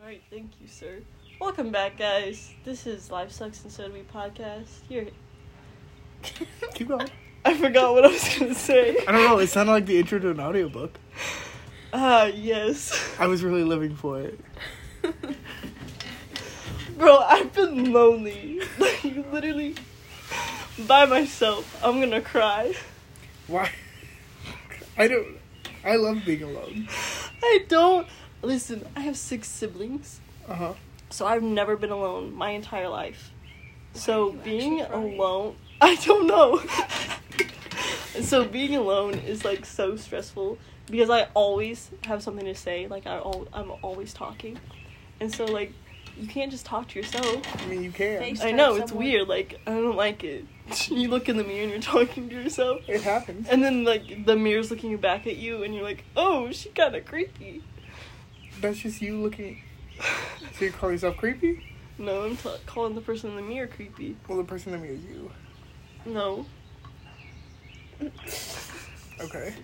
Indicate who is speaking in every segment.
Speaker 1: Alright, thank you, sir. Welcome back, guys. This is Life Sucks and So Do We podcast. Here.
Speaker 2: Keep going.
Speaker 1: I forgot what I was gonna say.
Speaker 2: I don't know. It sounded like the intro to an audiobook.
Speaker 1: Ah, yes.
Speaker 2: I was really living for it.
Speaker 1: Bro, I've been lonely. Like, literally, by myself. I'm gonna cry.
Speaker 2: Why? I don't. I love being alone.
Speaker 1: I don't. Listen, I have six siblings,
Speaker 2: Uh huh.
Speaker 1: so I've never been alone my entire life. So
Speaker 3: are you
Speaker 1: being
Speaker 3: actually crying?
Speaker 1: alone, I don't know. so being alone is like so stressful because I always have something to say. Like I al- I'm always talking, and so like you can't just talk to yourself.
Speaker 2: I mean, you can.
Speaker 3: Thanks.
Speaker 1: I
Speaker 3: Describe
Speaker 1: know it's
Speaker 3: someone.
Speaker 1: weird. Like I don't like it. you look in the mirror and you're talking to yourself,
Speaker 2: It happens.
Speaker 1: and then like the mirror's looking back at you, and you're like, oh, she kind of creepy.
Speaker 2: That's just you looking. So you call yourself creepy?
Speaker 1: No, I'm t- calling the person in the mirror creepy.
Speaker 2: Well, the person in the mirror is you.
Speaker 1: No.
Speaker 2: Okay.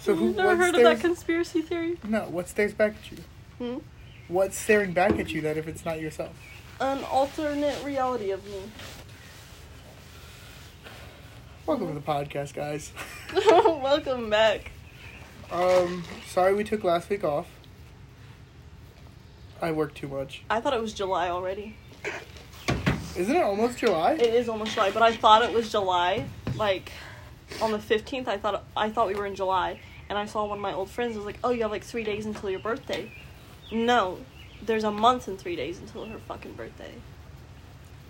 Speaker 2: So who?
Speaker 1: You've never
Speaker 2: what
Speaker 1: heard of
Speaker 2: stares-
Speaker 1: that conspiracy theory?
Speaker 2: no. What stares back at you?
Speaker 1: Hmm?
Speaker 2: What's staring back at you? That if it's not yourself.
Speaker 1: An alternate reality of me.
Speaker 2: Welcome to the podcast, guys.
Speaker 1: Welcome back.
Speaker 2: Um, sorry we took last week off. I worked too much.
Speaker 1: I thought it was July already.
Speaker 2: Isn't it almost July?
Speaker 1: It is almost July, but I thought it was July. Like on the fifteenth, I thought I thought we were in July, and I saw one of my old friends. I was like, "Oh, you have like three days until your birthday." No, there's a month and three days until her fucking birthday.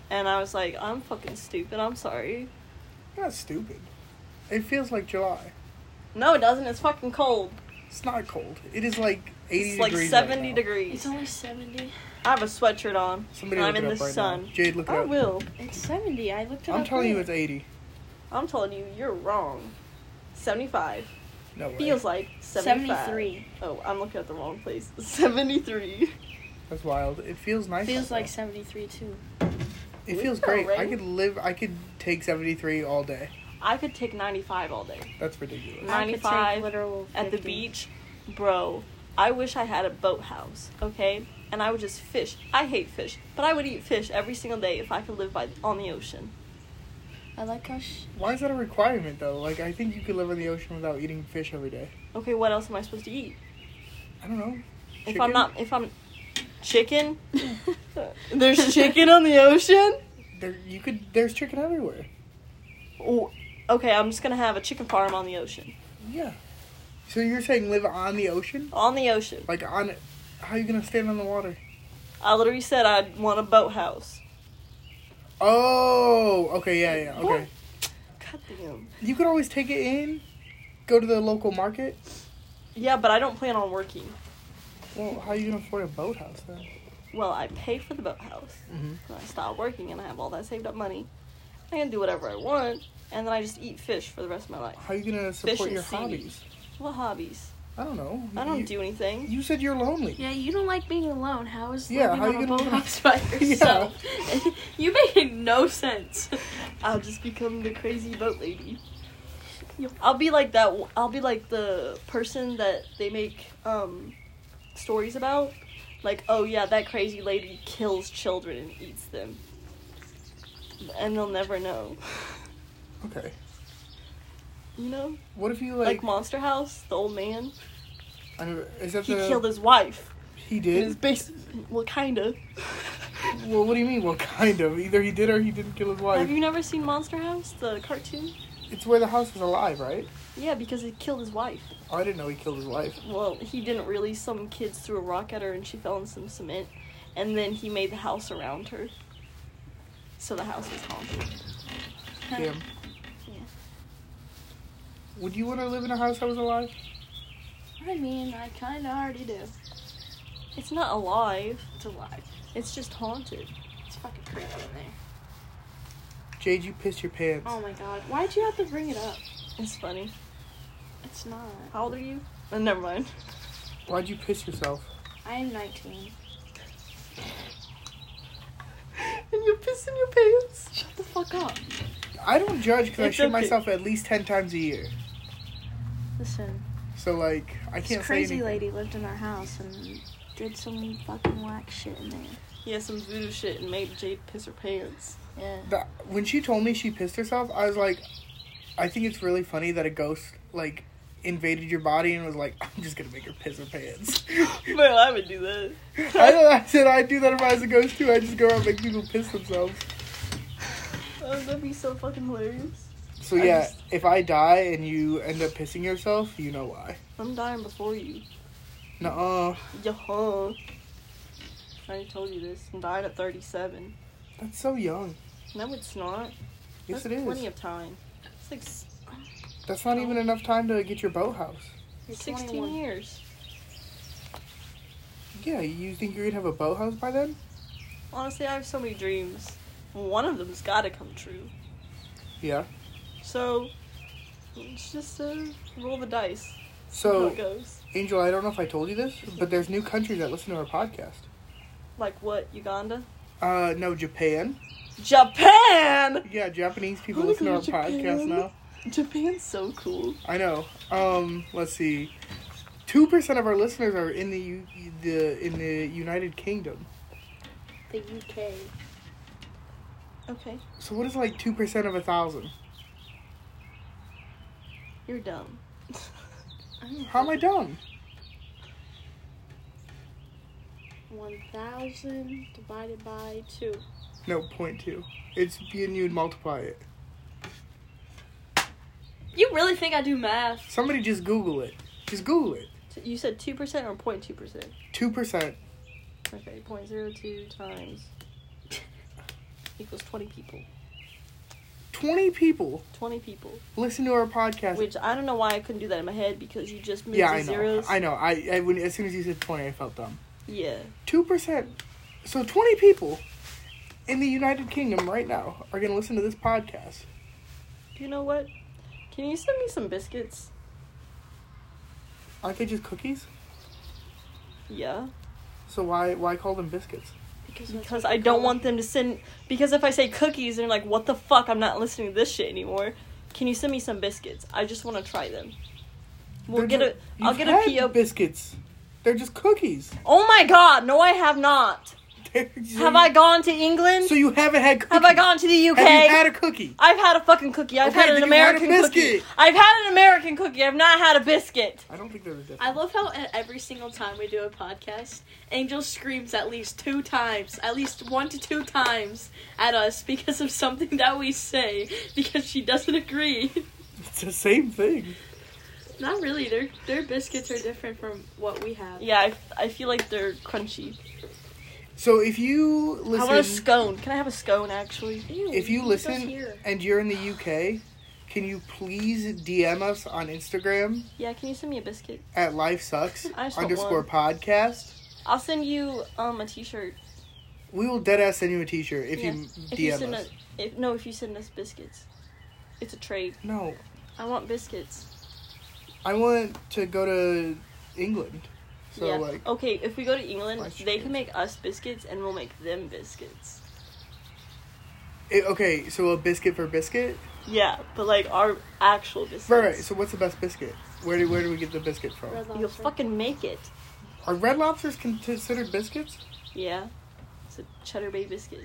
Speaker 1: And I was like, "I'm fucking stupid. I'm sorry."
Speaker 2: You're not stupid. It feels like July.
Speaker 1: No, it doesn't. It's fucking cold.
Speaker 2: It's not cold. It is like 80
Speaker 1: It's like
Speaker 2: degrees right
Speaker 1: seventy
Speaker 2: now.
Speaker 1: degrees.
Speaker 3: It's only 70.
Speaker 1: I have a sweatshirt on.
Speaker 2: Somebody
Speaker 1: and I'm
Speaker 2: look it
Speaker 1: in
Speaker 2: up
Speaker 1: the
Speaker 2: right
Speaker 1: sun.
Speaker 2: now. Jade, look it
Speaker 1: I
Speaker 2: up.
Speaker 1: will.
Speaker 3: It's 70. I looked it up.
Speaker 2: I'm telling you
Speaker 3: earlier.
Speaker 2: it's 80.
Speaker 1: I'm telling you, you're wrong. Seventy-five.
Speaker 2: No way.
Speaker 1: Feels like 75.
Speaker 3: 73.
Speaker 1: Oh, I'm looking at the wrong place. 73.
Speaker 2: That's wild. It feels nice.
Speaker 3: Feels
Speaker 2: though.
Speaker 3: like 73 too.
Speaker 2: It feels
Speaker 1: Yeah,
Speaker 2: great. I
Speaker 1: right?
Speaker 2: could live. I could take 73 all day.
Speaker 1: I could take 95 all day.
Speaker 2: That's ridiculous.
Speaker 3: I could take
Speaker 1: 95
Speaker 3: literal
Speaker 1: At the
Speaker 3: 50.
Speaker 1: beach, bro, I wish I had a boathouse, okay? And I would just fish. I hate fish, but I would eat fish every single day if I could live by on the ocean.
Speaker 3: I like how sh-
Speaker 2: Why is that a requirement though? Like I think you could live on the ocean without eating fish every day.
Speaker 1: Okay, what else am I supposed to eat?
Speaker 2: I don't know.
Speaker 1: If I'm
Speaker 2: Chicken?
Speaker 1: not if I'm chicken? There's chicken on the ocean?
Speaker 2: there, you could. There's chicken everywhere.
Speaker 1: Or- Okay, I'm just going to have a chicken farm on the ocean.
Speaker 2: Yeah. So you're saying live on the ocean?
Speaker 1: On the ocean.
Speaker 2: Like on? How are you gonna stand on the water?
Speaker 1: I literally said I'd want a boathouse.
Speaker 2: Oh, okay, yeah, yeah, okay.
Speaker 1: God damn.
Speaker 2: You could always take it in, go to the local market.
Speaker 1: Yeah, but I don't plan on working.
Speaker 2: Well, how are you gonna afford a boathouse then?
Speaker 1: Well, I pay for the boathouse.
Speaker 2: Mhm.
Speaker 1: And I stop working and I have all that saved up money. I can do whatever I want, and then I just eat fish for the rest of my life.
Speaker 2: How are you gonna
Speaker 1: Fish
Speaker 2: support
Speaker 1: and
Speaker 2: your
Speaker 1: seaweed.
Speaker 2: hobbies?
Speaker 1: What hobbies?
Speaker 2: I don't know.
Speaker 1: I don't
Speaker 2: you,
Speaker 1: do anything.
Speaker 2: You said you're lonely.
Speaker 3: Yeah, you don't like being alone. How is
Speaker 2: Yeah,
Speaker 3: living
Speaker 2: how
Speaker 3: on
Speaker 2: you
Speaker 3: a
Speaker 2: gonna-
Speaker 3: boathouse by yourself? you make no sense.
Speaker 1: I'll just become the crazy boat lady. I'll be like that. I'll be like the person that they make um, stories about. Like, oh yeah, that crazy lady kills children and eats them. And they'll never know.
Speaker 2: Okay.
Speaker 1: You know?
Speaker 2: What if you
Speaker 1: Like
Speaker 2: like?
Speaker 1: Monster House, the old man.
Speaker 2: I don't- is that
Speaker 1: He
Speaker 2: the?
Speaker 1: killed his wife.
Speaker 2: he
Speaker 1: In his
Speaker 2: did.
Speaker 1: basement. Well, kinda.
Speaker 2: Well, what do you mean? Well, kind of. Either he did or he didn't kill his wife.
Speaker 1: Have you never seen Monster House, the cartoon?
Speaker 2: It's where the house is alive, right?
Speaker 1: Yeah, because he killed his wife.
Speaker 2: Oh, I didn't know he killed his wife.
Speaker 1: Well, he didn't really. Some kids threw a rock at her and she fell in some cement. And then he made the house around her. So the house is haunted.
Speaker 2: Damn.
Speaker 3: Yeah.
Speaker 2: Would you want to live in a house that was alive?
Speaker 3: I mean, I kind of already do.
Speaker 1: It's not alive,
Speaker 3: It's alive.
Speaker 1: it's just haunted.
Speaker 3: It's fucking creepy in there.
Speaker 2: Jade, you pissed your pants.
Speaker 3: Oh my god. Why'd you have to bring it up?
Speaker 1: It's funny.
Speaker 3: It's not.
Speaker 1: How old are you? Oh, never mind.
Speaker 2: Why'd you piss yourself?
Speaker 3: I am 19.
Speaker 1: and you're pissing your pants.
Speaker 3: Shut the fuck up.
Speaker 2: I don't judge because I
Speaker 1: It's
Speaker 2: shit
Speaker 1: okay.
Speaker 2: myself at least ten times a year.
Speaker 3: Listen,
Speaker 2: So like, I can't
Speaker 3: this
Speaker 2: say
Speaker 3: crazy
Speaker 2: anything.
Speaker 3: lady lived in our house and
Speaker 4: did some fucking whack shit in there.
Speaker 1: Yeah, some voodoo shit and made Jade piss her pants.
Speaker 4: Yeah.
Speaker 2: That, when she told me she pissed herself, I was like, I think it's really funny that a ghost like invaded your body and was like, I'm just gonna make her piss her pants.
Speaker 1: Well, I would do that.
Speaker 2: I, know I said I'd do that if I was a ghost too. I just go around and make people piss themselves.
Speaker 1: Oh, that'd be so fucking hilarious.
Speaker 2: So
Speaker 1: I
Speaker 2: yeah,
Speaker 1: just-
Speaker 2: if I die and you end up pissing yourself, you know why.
Speaker 1: I'm dying before you.
Speaker 2: Nuh-uh.
Speaker 1: Yeah. I already told you this. I'm dying at 37.
Speaker 2: That's so young.
Speaker 1: No, it's not.
Speaker 2: Yes,
Speaker 1: That's
Speaker 2: it is.
Speaker 1: plenty of time. It's like s-
Speaker 2: That's not even enough time to get your boathouse.
Speaker 4: You're
Speaker 1: 16
Speaker 4: 21.
Speaker 1: years.
Speaker 2: Yeah, you think you're gonna have a boathouse by then?
Speaker 1: Honestly, I have so many dreams. One of them's gotta come true.
Speaker 2: Yeah.
Speaker 1: So, it's just uh, roll the dice. See how
Speaker 2: So,
Speaker 1: it goes.
Speaker 2: Angel, I don't know if I told you this, but there's new countries that listen to our podcast.
Speaker 1: Like what? Uganda?
Speaker 2: Uh, no, Japan.
Speaker 1: Japan!
Speaker 2: Yeah, Japanese people
Speaker 1: Oh my
Speaker 2: listen to our
Speaker 1: God,
Speaker 2: podcast
Speaker 1: Japan.
Speaker 2: now.
Speaker 1: Japan's so cool.
Speaker 2: I know. Um, let's see. Two percent of our listeners are in the U- the in the United Kingdom.
Speaker 4: The UK.
Speaker 1: Okay,
Speaker 2: So what is like two percent of a thousand?
Speaker 1: you're dumb.
Speaker 2: How am I dumb?
Speaker 4: 1,000 divided by 2.
Speaker 2: No, point two. It's you and you'd multiply it.
Speaker 3: You really think I do math?
Speaker 2: Somebody just Google it. Just Google it.
Speaker 1: So you said 2% or 0.2%?
Speaker 2: Two percent.
Speaker 1: Okay, 0.02 times equals 20 people.
Speaker 2: Twenty people
Speaker 1: 20 people.
Speaker 2: listen to our podcast.
Speaker 1: Which I don't know why I couldn't do that in my head because you just moved
Speaker 2: yeah,
Speaker 1: the
Speaker 2: I know.
Speaker 1: zeros.
Speaker 2: I know. I, I when as soon as you said twenty, I felt dumb.
Speaker 1: Yeah.
Speaker 2: Two percent. So twenty people in the United Kingdom right now are gonna listen to this podcast.
Speaker 1: You know what? Can you send me some biscuits?
Speaker 2: Aren't they just cookies?
Speaker 1: Yeah.
Speaker 2: So why why call them biscuits?
Speaker 4: Because, that's
Speaker 1: Because
Speaker 4: what
Speaker 1: I
Speaker 4: they
Speaker 1: don't
Speaker 4: call
Speaker 1: want them to send. Because if I say cookies, they're like, what the fuck? I'm not listening to this shit anymore. Can you send me some biscuits? I just want to try them. We'll
Speaker 2: They're
Speaker 1: get a.
Speaker 2: ju-
Speaker 1: I'll
Speaker 2: You've
Speaker 1: get a
Speaker 2: had
Speaker 1: PO.
Speaker 2: biscuits. They're just cookies.
Speaker 1: oh my god! No, I have not.
Speaker 2: They're- so
Speaker 1: have
Speaker 2: you-
Speaker 1: I gone to England?
Speaker 2: So you haven't had cookies.
Speaker 1: have I gone to the UK?
Speaker 2: Have you had a cookie?
Speaker 1: I've had a fucking cookie. I've
Speaker 2: Okay,
Speaker 1: had
Speaker 2: then
Speaker 1: an
Speaker 2: you had a
Speaker 1: American
Speaker 2: biscuit.
Speaker 1: cookie. I've had an American cookie. I've not had a biscuit.
Speaker 2: I don't think they're the difference.
Speaker 3: I love how at every single time we do a podcast, Angel screams at least two times, at least one to two times at us because of something that we say because she doesn't agree.
Speaker 2: it's the same thing.
Speaker 3: Not really. Their their biscuits are different from what we have.
Speaker 1: Yeah, I, I feel like they're crunchy.
Speaker 2: So if you
Speaker 1: I want a
Speaker 2: listen
Speaker 1: scone. Can I have a scone actually?
Speaker 3: Ew,
Speaker 2: if you
Speaker 3: who does
Speaker 2: listen
Speaker 3: here?
Speaker 2: and you're in the UK, can you please DM us on Instagram
Speaker 1: Yeah, can you send me a biscuit?
Speaker 2: at life sucks
Speaker 1: I just want
Speaker 2: underscore
Speaker 1: one.
Speaker 2: podcast?
Speaker 1: I'll send you um a t-shirt
Speaker 2: We will dead ass send you a t-shirt if you
Speaker 1: if
Speaker 2: DM
Speaker 1: you send
Speaker 2: us.
Speaker 1: us. If, no, if you send us biscuits, it's a trade.
Speaker 2: No,
Speaker 1: I want biscuits.
Speaker 2: I want to go to England. So
Speaker 1: yeah. Oh.
Speaker 2: like
Speaker 1: okay, if we go to England,
Speaker 2: Why
Speaker 1: they
Speaker 2: should
Speaker 1: can
Speaker 2: we?
Speaker 1: make us biscuits, and we'll make them biscuits.
Speaker 2: It- okay, so a biscuit for biscuit.
Speaker 1: Yeah, but like our actual biscuits.
Speaker 2: Right, right. So what's the best biscuit? Where do where do we get the biscuit from?
Speaker 4: Red
Speaker 1: You'll
Speaker 4: Lobster.
Speaker 1: fucking make it.
Speaker 2: Are red lobsters con- considered biscuits?
Speaker 1: Yeah, it's a Cheddar Bay biscuit.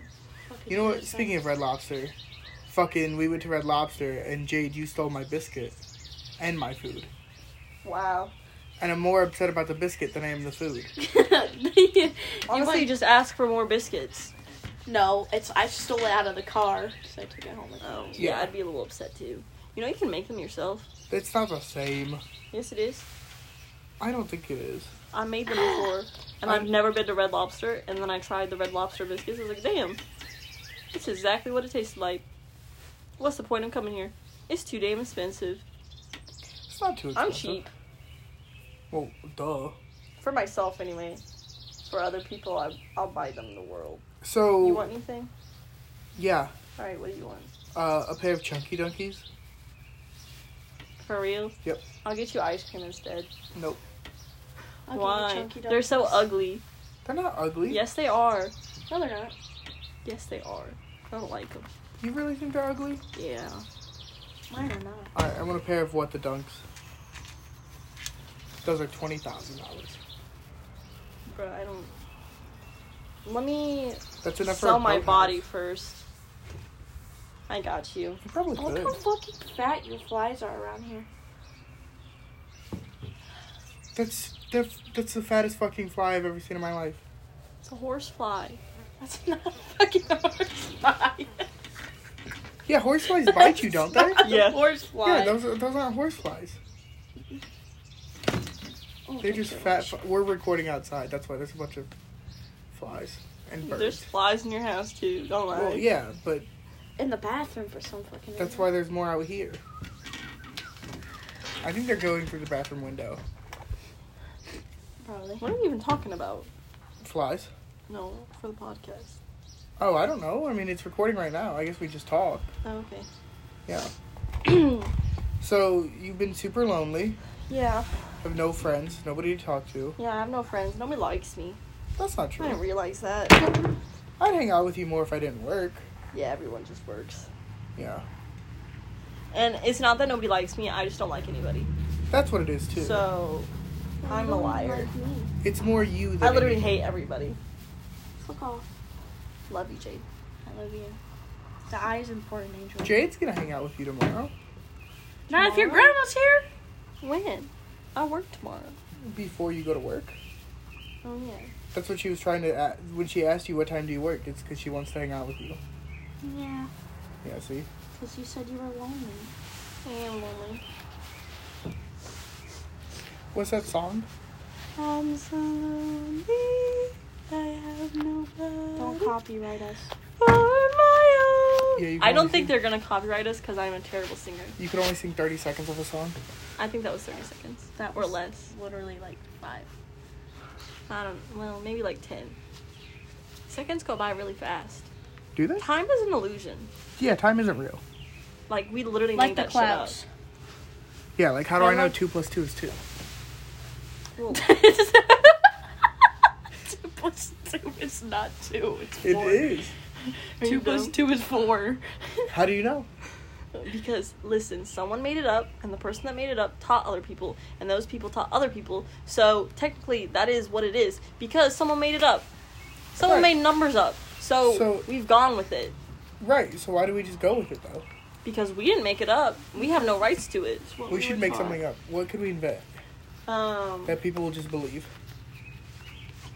Speaker 4: Fucking
Speaker 2: You know what?
Speaker 4: Jesus.
Speaker 2: Speaking of red lobster, fucking we went to Red Lobster and Jade, you stole my biscuit and my food,
Speaker 1: Wow.
Speaker 2: and I'm more upset about the biscuit than I am the food.
Speaker 3: You
Speaker 1: Honestly,
Speaker 3: want-
Speaker 1: just ask for more biscuits.
Speaker 3: no. It's I stole it out of the car, so I took it home. With
Speaker 1: Oh,
Speaker 3: me.
Speaker 1: yeah,
Speaker 2: Yeah.
Speaker 1: I'd be a little upset too. You know, you can make them yourself.
Speaker 2: It's not the same.
Speaker 1: Yes, it is.
Speaker 2: I don't think it is.
Speaker 1: I made them before, and
Speaker 3: Um,
Speaker 1: I've never been to Red Lobster. And then I tried the Red Lobster biscuits. I was like, damn, it's exactly what it tasted like. What's the point of coming here? It's too damn expensive.
Speaker 2: It's not too.
Speaker 1: I'm
Speaker 2: Expensive.
Speaker 1: cheap
Speaker 2: Well, duh.
Speaker 1: for myself anyway. For other people, I, I'll buy them the world.
Speaker 2: So
Speaker 1: You want anything?
Speaker 2: yeah,
Speaker 1: All right, what do you want?
Speaker 2: uh, a pair of chunky donkeys.
Speaker 1: For real?
Speaker 2: Yep.
Speaker 1: I'll get you ice cream instead.
Speaker 2: Nope,
Speaker 3: I'll give you
Speaker 1: Why?
Speaker 3: Chunky
Speaker 1: They're so
Speaker 3: Donkeys.
Speaker 1: ugly.
Speaker 2: they're not ugly.
Speaker 1: Yes, they are.
Speaker 3: No, they're not.
Speaker 1: Yes, they are. I don't like them.
Speaker 2: You really think they're ugly?
Speaker 1: Yeah.
Speaker 3: Mine are not.
Speaker 2: All right, I want a pair of what the dunks. Those are twenty thousand dollars.
Speaker 1: bro, I don't. Let me
Speaker 2: That's enough for
Speaker 1: sell
Speaker 2: a
Speaker 1: my
Speaker 2: boathouse.
Speaker 1: body first. I got you.
Speaker 2: You probably
Speaker 4: Look
Speaker 2: could.
Speaker 4: how fucking fat your flies are around here.
Speaker 2: That's that, that's the fattest fucking fly I've ever seen in my life.
Speaker 1: It's a horsefly.
Speaker 3: That's not a fucking horsefly.
Speaker 2: Yeah, horseflies bite you, don't they?
Speaker 3: Not a
Speaker 1: Yeah.
Speaker 3: Horsefly.
Speaker 2: Yeah, those are- those aren't horseflies.
Speaker 4: Oh,
Speaker 2: They're
Speaker 4: thank
Speaker 2: just
Speaker 4: you.
Speaker 2: fat. Fl- We're recording outside. That's why there's a bunch of flies and birds.
Speaker 1: There's flies in your house too. Don't lie.
Speaker 2: well, yeah, but
Speaker 4: In the bathroom for some fucking
Speaker 2: that's
Speaker 4: reason.
Speaker 2: why there's more out here. I think they're going through the bathroom window.
Speaker 4: Probably.
Speaker 1: What are we even talking about?
Speaker 2: Flies.
Speaker 1: No, for the podcast.
Speaker 2: Oh, I don't know. I mean, it's recording right now. I guess we just talk.
Speaker 1: Oh,
Speaker 2: Yeah.
Speaker 1: okay.
Speaker 2: So you've been super lonely.
Speaker 1: yeah,
Speaker 2: Have no friends. Nobody to talk to.
Speaker 1: yeah. I have no friends. Nobody likes me.
Speaker 2: That's not
Speaker 1: I didn't
Speaker 2: true.
Speaker 1: realize that.
Speaker 2: I'd hang out with you more if I didn't work.
Speaker 1: Yeah, everyone just works.
Speaker 2: Yeah.
Speaker 1: And it's not that nobody likes me. I just don't like anybody.
Speaker 2: That's what it is too.
Speaker 1: So I'm a liar.
Speaker 4: Like me.
Speaker 2: it's more you than
Speaker 1: I literally
Speaker 2: anything.
Speaker 1: hate everybody.
Speaker 4: Fuck off.
Speaker 1: Love you, Jade.
Speaker 4: I love you. The eye is important, Angel.
Speaker 2: Jade's gonna hang out with you tomorrow.
Speaker 3: Not if your
Speaker 1: Tomorrow?
Speaker 3: grandma's here.
Speaker 1: When? I work tomorrow.
Speaker 2: Before you go to work.
Speaker 1: Oh yeah.
Speaker 2: That's what she was trying to. a when she asked you what time do you work, it's because she wants to hang out with you.
Speaker 4: Yeah,
Speaker 2: Yeah. See.
Speaker 4: because you said you were lonely.
Speaker 1: I am lonely.
Speaker 2: What's that song?
Speaker 1: I'm so lonely. I have nobody.
Speaker 4: Don't copyright us.
Speaker 1: on my own.
Speaker 2: Yeah, you can
Speaker 1: I don't think
Speaker 2: only sing-
Speaker 1: they're gonna copyright us because I'm a terrible singer.
Speaker 2: You can only sing thirty seconds of a song.
Speaker 1: I think that was 30 seconds.
Speaker 3: That
Speaker 1: or
Speaker 3: was-
Speaker 1: less.
Speaker 3: Literally like five.
Speaker 1: I don't. Well, maybe like 10. Seconds go by really fast.
Speaker 2: Do they?
Speaker 1: Time is an illusion.
Speaker 2: Yeah. Time isn't real.
Speaker 1: Like we literally
Speaker 3: Like
Speaker 1: made
Speaker 3: the
Speaker 1: that
Speaker 3: clouds.
Speaker 2: Yeah. Like how do
Speaker 1: I
Speaker 2: I, know
Speaker 1: like-
Speaker 2: two plus two is two?
Speaker 1: shit up. Well,
Speaker 3: two plus two is not two. It's
Speaker 2: It
Speaker 3: four.
Speaker 2: is.
Speaker 1: There you
Speaker 3: Two plus
Speaker 1: go.
Speaker 3: two is four.
Speaker 2: How do you know?
Speaker 1: because listen, someone made it up, and the person that made it up taught other people, and those people taught other people. So technically, that is what it is because someone made it up. Someone
Speaker 2: Right.
Speaker 1: made numbers up. so
Speaker 2: So-
Speaker 1: we've gone with it.
Speaker 2: Right. So why do we just go with it though?
Speaker 1: Because we didn't make it up. We have no rights to it.
Speaker 2: We, should make something up. What could we invent
Speaker 1: Um,
Speaker 2: that people will just believe?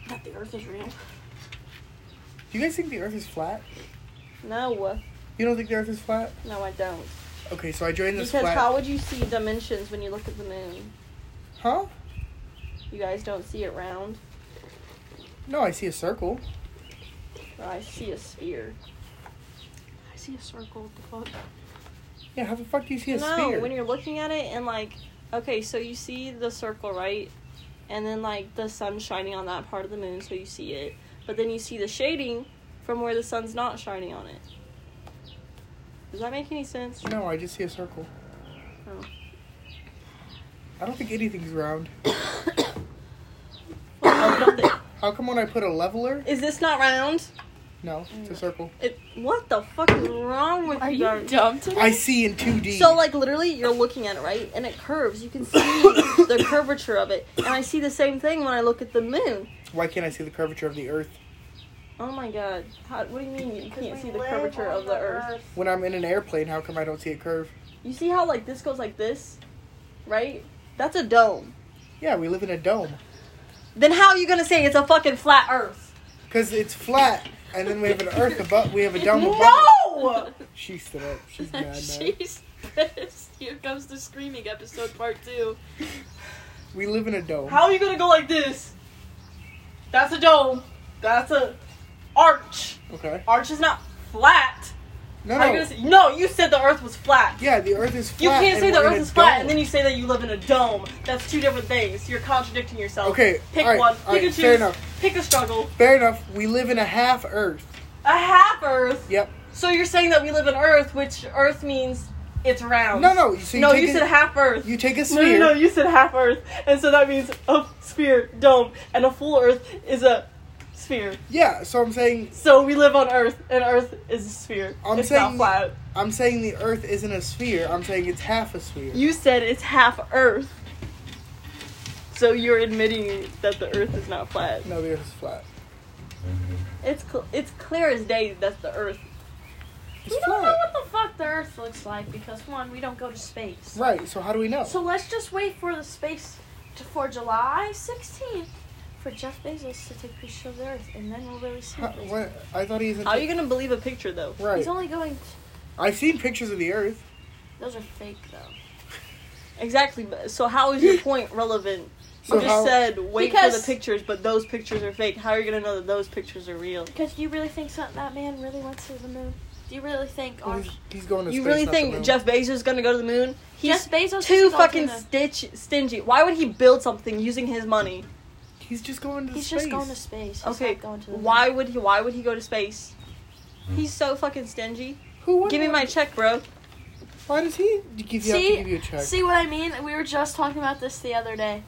Speaker 3: That the earth is real.
Speaker 2: Do you guys think the Earth is flat?
Speaker 1: no,
Speaker 2: You don't think the Earth is flat?
Speaker 1: no, I don't.
Speaker 2: Okay. So I joined this
Speaker 1: Because
Speaker 2: flat.
Speaker 1: how would you see dimensions when you look at the moon?
Speaker 2: huh?
Speaker 1: You guys don't see it round.
Speaker 2: No, I see a circle.
Speaker 1: Or I see a sphere.
Speaker 4: I see a circle. What the fuck?
Speaker 2: Yeah. How the fuck do you see a
Speaker 1: no,
Speaker 2: sphere?
Speaker 1: when you're looking at it and like, okay, so you see the circle, right? And then like the sun shining on that part of the moon, so you see it. But then you see the shading from where the sun's not shining on it. Does that make any sense?
Speaker 2: No, I just see a circle.
Speaker 1: Oh.
Speaker 2: I don't think anything's round.
Speaker 1: Oh, you don't think-
Speaker 2: How come when I put a leveler?
Speaker 1: Is this not round?
Speaker 2: No, it's
Speaker 1: Mm.
Speaker 2: a circle.
Speaker 1: It, what the fuck is wrong with
Speaker 3: Are
Speaker 1: you?
Speaker 3: you
Speaker 1: guys?
Speaker 3: dumb today?
Speaker 2: I see in 2D.
Speaker 1: So like literally, you're looking at it right, and it curves. You can see the curvature of it, and I see the same thing when I look at the moon.
Speaker 2: Why can't I see the curvature of the earth?
Speaker 1: Oh my god! How, what do you mean you can't see the curvature of the earth?
Speaker 2: When I'm in an airplane, how come I don't see it curve?
Speaker 1: You see how like this goes like this, right? That's a dome.
Speaker 2: Yeah, we live in a dome.
Speaker 1: Then how are you gonna say it's a fucking flat Earth?
Speaker 2: Because it's flat, and then we have an earth above, we have a dome above.
Speaker 1: No!
Speaker 2: it. She stood up. She's mad now.
Speaker 3: She's pissed. Here comes the screaming episode part two.
Speaker 2: We live in a dome.
Speaker 1: How are you gonna go like this? That's a dome. That's a arch.
Speaker 2: Okay.
Speaker 1: Arch is not flat.
Speaker 2: No,
Speaker 1: How are you
Speaker 2: no.
Speaker 1: gonna say- no, you said the Earth was flat.
Speaker 2: Yeah, the earth is flat.
Speaker 1: You can't
Speaker 2: and
Speaker 1: say the
Speaker 2: we're in
Speaker 1: earth
Speaker 2: a
Speaker 1: is flat and
Speaker 2: dome.
Speaker 1: then you say that you live in a dome. That's two different things. You're contradicting yourself.
Speaker 2: Okay,
Speaker 1: Pick
Speaker 2: alright,
Speaker 1: one. Pick
Speaker 2: alright,
Speaker 1: a choose.
Speaker 2: fair enough.
Speaker 1: Pick a struggle.
Speaker 2: Fair enough. We live in a half earth.
Speaker 1: A half earth.
Speaker 2: Yep.
Speaker 1: So you're saying that we live in earth, which earth means it's round.
Speaker 2: No, no. So you
Speaker 1: no,
Speaker 2: take
Speaker 1: you
Speaker 2: a-
Speaker 1: said half earth.
Speaker 2: You take
Speaker 1: no,
Speaker 2: a
Speaker 1: no,
Speaker 2: sphere.
Speaker 1: no, you said half earth. And so that means a sphere, dome, and a full earth is a sphere.
Speaker 2: Yeah, so I'm saying
Speaker 1: So we live on earth and earth is a sphere.
Speaker 2: I'm
Speaker 1: it's
Speaker 2: saying-
Speaker 1: not flat.
Speaker 2: I'm saying the Earth isn't a sphere. I'm saying it's half a sphere.
Speaker 1: You said it's half earth. So you're admitting that the Earth is not flat.
Speaker 2: No, the earth's flat.
Speaker 1: It's cl- it's clear as day that's the Earth.
Speaker 2: It's
Speaker 3: We don't know
Speaker 2: flat.
Speaker 3: what the fuck the Earth looks like because one, we don't go to space.
Speaker 2: Right, so how do we know?
Speaker 3: So let's just wait for the space to, for July 16th for Jeff Bezos to take pictures of the Earth, and then we'll really see.
Speaker 2: How-
Speaker 3: it.
Speaker 2: what? I thought he's.
Speaker 1: How are you gonna believe a picture though?
Speaker 2: Right.
Speaker 3: He's only going.
Speaker 2: I've seen pictures of the Earth.
Speaker 3: Those are fake though.
Speaker 1: Exactly. but- So how is your point relevant?
Speaker 2: So
Speaker 1: you just
Speaker 2: how-
Speaker 1: said wait for
Speaker 3: Because-
Speaker 1: the pictures, but those pictures are fake. How are you gonna know that those pictures are real?
Speaker 3: Because do you really think some, that man really went to the moon? Do you really think our
Speaker 2: He's, he's going to
Speaker 1: You
Speaker 2: space,
Speaker 1: really
Speaker 2: not the moon.
Speaker 1: think Jeff Bezos is gonna go to the moon? He's
Speaker 3: Jeff Bezos
Speaker 1: too
Speaker 3: is going
Speaker 1: fucking
Speaker 3: to the-
Speaker 1: stitch stingy. Why would he build something using his money?
Speaker 2: He's just going to
Speaker 3: He's
Speaker 2: space.
Speaker 3: just going to space. He's
Speaker 1: Okay,
Speaker 3: not going to the moon.
Speaker 1: why would he? Why would he go to space? He's so fucking stingy.
Speaker 2: Who would
Speaker 1: Give me
Speaker 2: want-
Speaker 1: my check, bro.
Speaker 2: Why does he give you, have to
Speaker 3: See,
Speaker 2: give you a check?
Speaker 3: see what I mean? We were just talking about this the other day.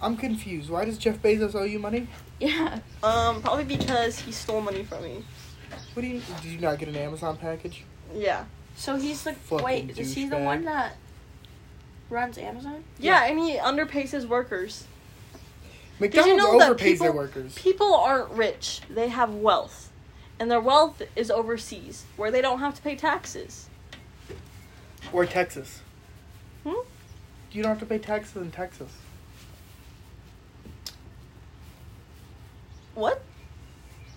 Speaker 2: I'm confused. Why does Jeff Bezos owe you money?
Speaker 3: Yeah.
Speaker 1: Um, probably because he stole money from me.
Speaker 2: What do you? Did you not get an Amazon package?
Speaker 1: Yeah.
Speaker 3: So he's the
Speaker 2: Fucking
Speaker 3: wait. Is he the
Speaker 2: douchebag.
Speaker 3: one that runs Amazon?
Speaker 1: Yeah, and he underpays his workers.
Speaker 2: McDonald's
Speaker 1: know that
Speaker 2: overpays their
Speaker 1: people-
Speaker 2: workers.
Speaker 1: People aren't rich, they have wealth. And their wealth is overseas, where they don't have to pay taxes.
Speaker 2: Or Texas.
Speaker 1: Hmm?
Speaker 2: You don't have to pay taxes in Texas.
Speaker 1: What?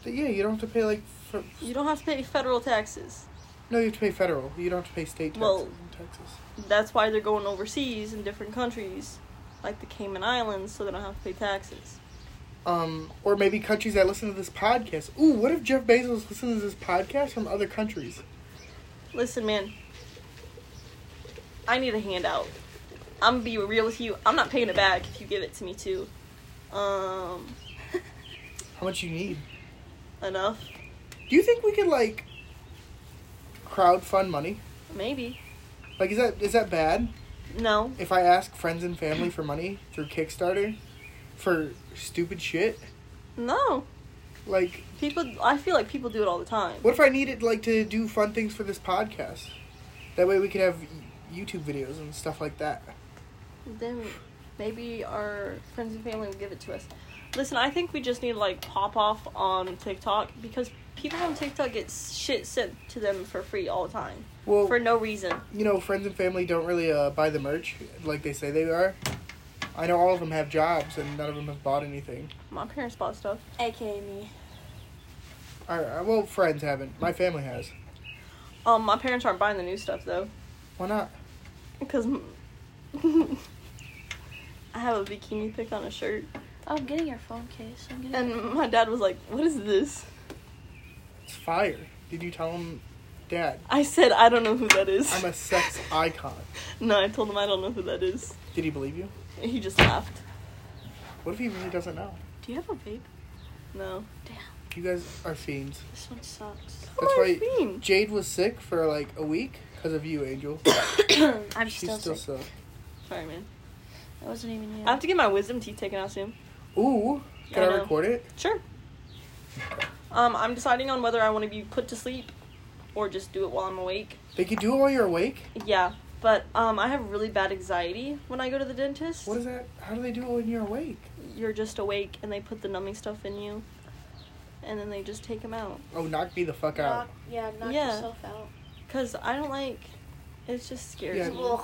Speaker 2: But yeah, you don't have to pay like. For,
Speaker 1: You don't have to pay federal taxes.
Speaker 2: no, you have to pay federal. You don't have to pay state taxes
Speaker 1: Well-
Speaker 2: in Texas.
Speaker 1: That's why they're going overseas in different countries, like the Cayman Islands, so they don't have to pay taxes.
Speaker 2: Um, or maybe countries that listen to this podcast. Ooh, what if Jeff Bezos listens to this podcast from other countries?
Speaker 1: Listen, man, I need a handout. I'm gonna be real with you. I'm not paying it back if you give it to me, too. Um,
Speaker 2: How much you need?
Speaker 1: enough?
Speaker 2: Do you think we could like crowdfund money?
Speaker 1: Maybe.
Speaker 2: Like, is that is that bad?
Speaker 1: No.
Speaker 2: If I ask friends and family for money through Kickstarter for stupid shit,
Speaker 1: No.
Speaker 2: like,
Speaker 1: People, I feel like people do it all the time.
Speaker 2: what if I needed like to do fun things for this podcast? That way we could have YouTube videos and stuff like that.
Speaker 1: Then maybe our friends and family will give it to us. Listen, I think we just need to, like pop off on TikTok because people on TikTok get s- shit sent to them for free all the time
Speaker 2: Well,
Speaker 1: for no reason.
Speaker 2: you know, friends and family don't really uh, buy the merch like they say they are. I know all of them have jobs and none of them have bought anything.
Speaker 1: My parents bought stuff.
Speaker 3: AKA me.
Speaker 2: I, I, well, friends haven't. My family has.
Speaker 1: Um, my parents aren't buying the new stuff though
Speaker 2: Why not?
Speaker 1: because I have a bikini pic on a shirt,
Speaker 3: Oh, I'm getting your phone case. I'm getting.
Speaker 1: and my dad was like, "What is this?"
Speaker 2: It's fire. Did you tell them, Dad?
Speaker 1: I said, "I don't know who that is."
Speaker 2: I'm a sex icon.
Speaker 1: no, I told him I don't know who that is.
Speaker 2: Did he believe you?
Speaker 1: And he just laughed.
Speaker 2: What if he really doesn't know?
Speaker 3: Do you have a vape?
Speaker 1: No.
Speaker 2: You guys are fiends.
Speaker 3: This one sucks.
Speaker 2: That's
Speaker 1: What do
Speaker 2: why
Speaker 1: I mean?
Speaker 2: Jade was sick for like a week because of you, Angel.
Speaker 3: I'm
Speaker 2: She's
Speaker 3: still,
Speaker 2: still
Speaker 3: sick.
Speaker 2: sick.
Speaker 1: Sorry, man.
Speaker 3: It wasn't even you.
Speaker 1: I have to get my wisdom teeth taken out soon.
Speaker 2: Ooh, can
Speaker 1: I
Speaker 2: I,
Speaker 1: know.
Speaker 2: record it?
Speaker 1: Sure. Um, I'm deciding on whether I want to be put to sleep or just do it while I'm awake.
Speaker 2: They could do it while you're awake.
Speaker 1: Yeah, but um, I have really bad anxiety when I go to the dentist.
Speaker 2: What is that? How do they do it when you're awake?
Speaker 1: You're just awake and they put the numbing stuff in you, and then they just take them out.
Speaker 2: Oh, knock me the fuck out.
Speaker 3: knock, yeah, knock
Speaker 1: Yeah.
Speaker 3: yourself out.
Speaker 1: Cause I don't like. It's just scary.
Speaker 2: Yeah.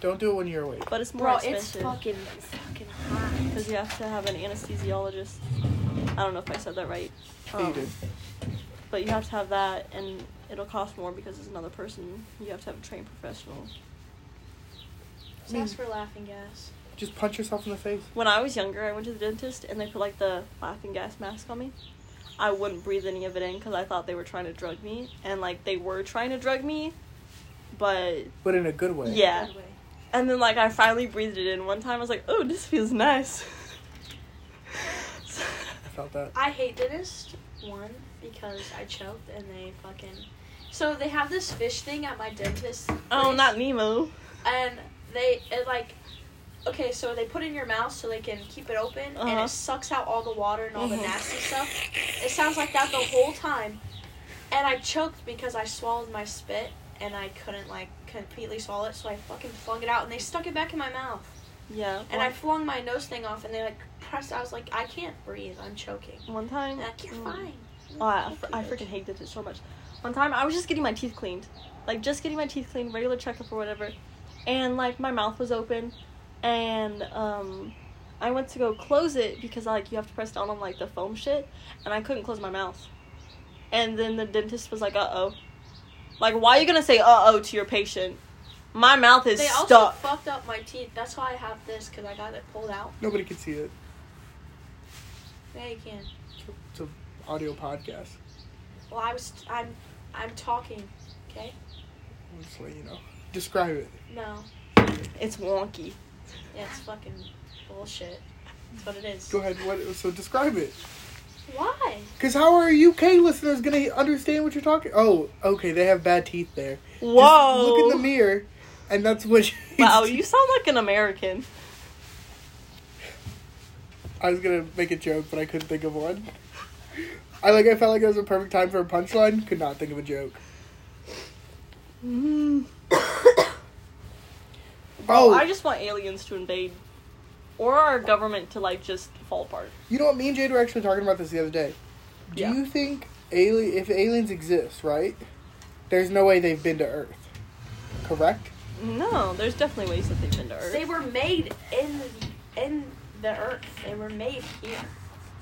Speaker 2: Don't do it when you're awake.
Speaker 1: But it's more
Speaker 3: Bro, it's
Speaker 1: expensive
Speaker 3: fucking fucking hot.
Speaker 1: because you have to have an anesthesiologist. I don't know if I said that right.
Speaker 2: Yeah, you
Speaker 1: Um,
Speaker 2: did.
Speaker 1: But you have to have that, and it'll cost more because it's another person. You have to have a trained professional.
Speaker 3: That's for laughing gas.
Speaker 2: Just punch yourself in the face.
Speaker 1: When I was younger, I went to the dentist, and they put like the laughing gas mask on me. I wouldn't breathe any of it in because I thought they were trying to drug me, and like they were trying to drug me, but
Speaker 2: But in a good way.
Speaker 1: yeah.
Speaker 3: Good way.
Speaker 1: And then like I finally breathed it in one time. I was like, oh, this feels nice. So-
Speaker 2: I felt that.
Speaker 3: I hate dentist one because I choked and they fucking. So they have this fish thing at my dentist.
Speaker 1: oh,
Speaker 3: place,
Speaker 1: not Nemo.
Speaker 3: And they it like, okay, so they put it in your mouth so they can keep it open, and
Speaker 1: Uh-huh.
Speaker 3: it sucks out all the water and all
Speaker 1: Mhm.
Speaker 3: the nasty stuff. It sounds like that the whole time, and I choked because I swallowed my spit and I couldn't like completely swallow it, so I fucking flung it out and they stuck it back in my mouth.
Speaker 1: Yeah.
Speaker 3: And
Speaker 1: one-
Speaker 3: I flung my nose thing off, and they like pressed. I was like, I can't breathe. I'm choking.
Speaker 1: One time.
Speaker 3: And they're like, you're
Speaker 1: Mm.
Speaker 3: fine.
Speaker 1: Oh, I, fr- I freaking hate this so much. One time, I was just getting my teeth cleaned, like just getting my teeth cleaned, regular checkup or whatever, and like my mouth was open, and um, I went to go close it because like you have to press down on like the foam shit, and I couldn't close my mouth, and then the dentist was like, "Uh oh," like why are you gonna say "uh oh" to your patient? My mouth is
Speaker 3: They also
Speaker 1: stuck.
Speaker 3: fucked up my teeth. That's why I have this, because I got it pulled out.
Speaker 2: Nobody can see it.
Speaker 3: Yeah, you can.
Speaker 2: It's an audio podcast.
Speaker 3: Well, I was. I'm. I'm talking. Okay.
Speaker 2: I'm just letting you know. Describe it.
Speaker 3: No.
Speaker 1: it's wonky.
Speaker 3: Yeah, it's fucking bullshit. That's what it is.
Speaker 2: Go ahead. What? So describe it.
Speaker 3: Why?
Speaker 2: Cause how are UK listeners gonna understand what you're talking? Oh, okay. They have bad teeth there.
Speaker 1: Whoa!
Speaker 2: Just look in the mirror, and that's what. she-
Speaker 1: Wow, you sound like an American.
Speaker 2: I was gonna make a joke, but I couldn't think of one. I like. I felt like it was a perfect time for a punchline. Could not think of a joke.
Speaker 1: Oh,
Speaker 2: Oh,
Speaker 1: I just want aliens to invade, or our government to like just fall apart.
Speaker 2: you know what? Me and Jade were actually talking about this the other day. Do
Speaker 1: Yeah.
Speaker 2: you think alien, if aliens exist, right? There's no way they've been to Earth, correct?
Speaker 1: No, there's definitely ways that they've been to Earth.
Speaker 3: They were made in in the earth. They were made here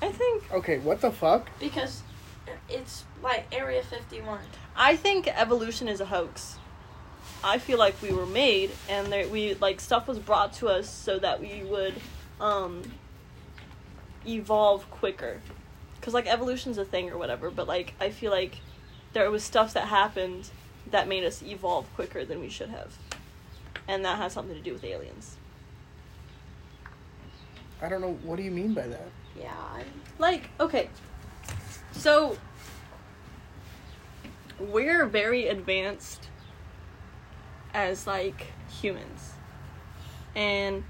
Speaker 1: I think
Speaker 2: Okay, what the fuck?
Speaker 3: because it's like Area 51.
Speaker 1: I think evolution is a hoax. I feel like we were made, and there, we like stuff was brought to us so that we would um, evolve quicker. Cause like evolution's a thing or whatever, but like I feel like there was stuff that happened that made us evolve quicker than we should have, and that has something to do with aliens.
Speaker 2: I don't know. What do you mean by that?
Speaker 3: Yeah. i
Speaker 1: like okay so we're very advanced as like humans and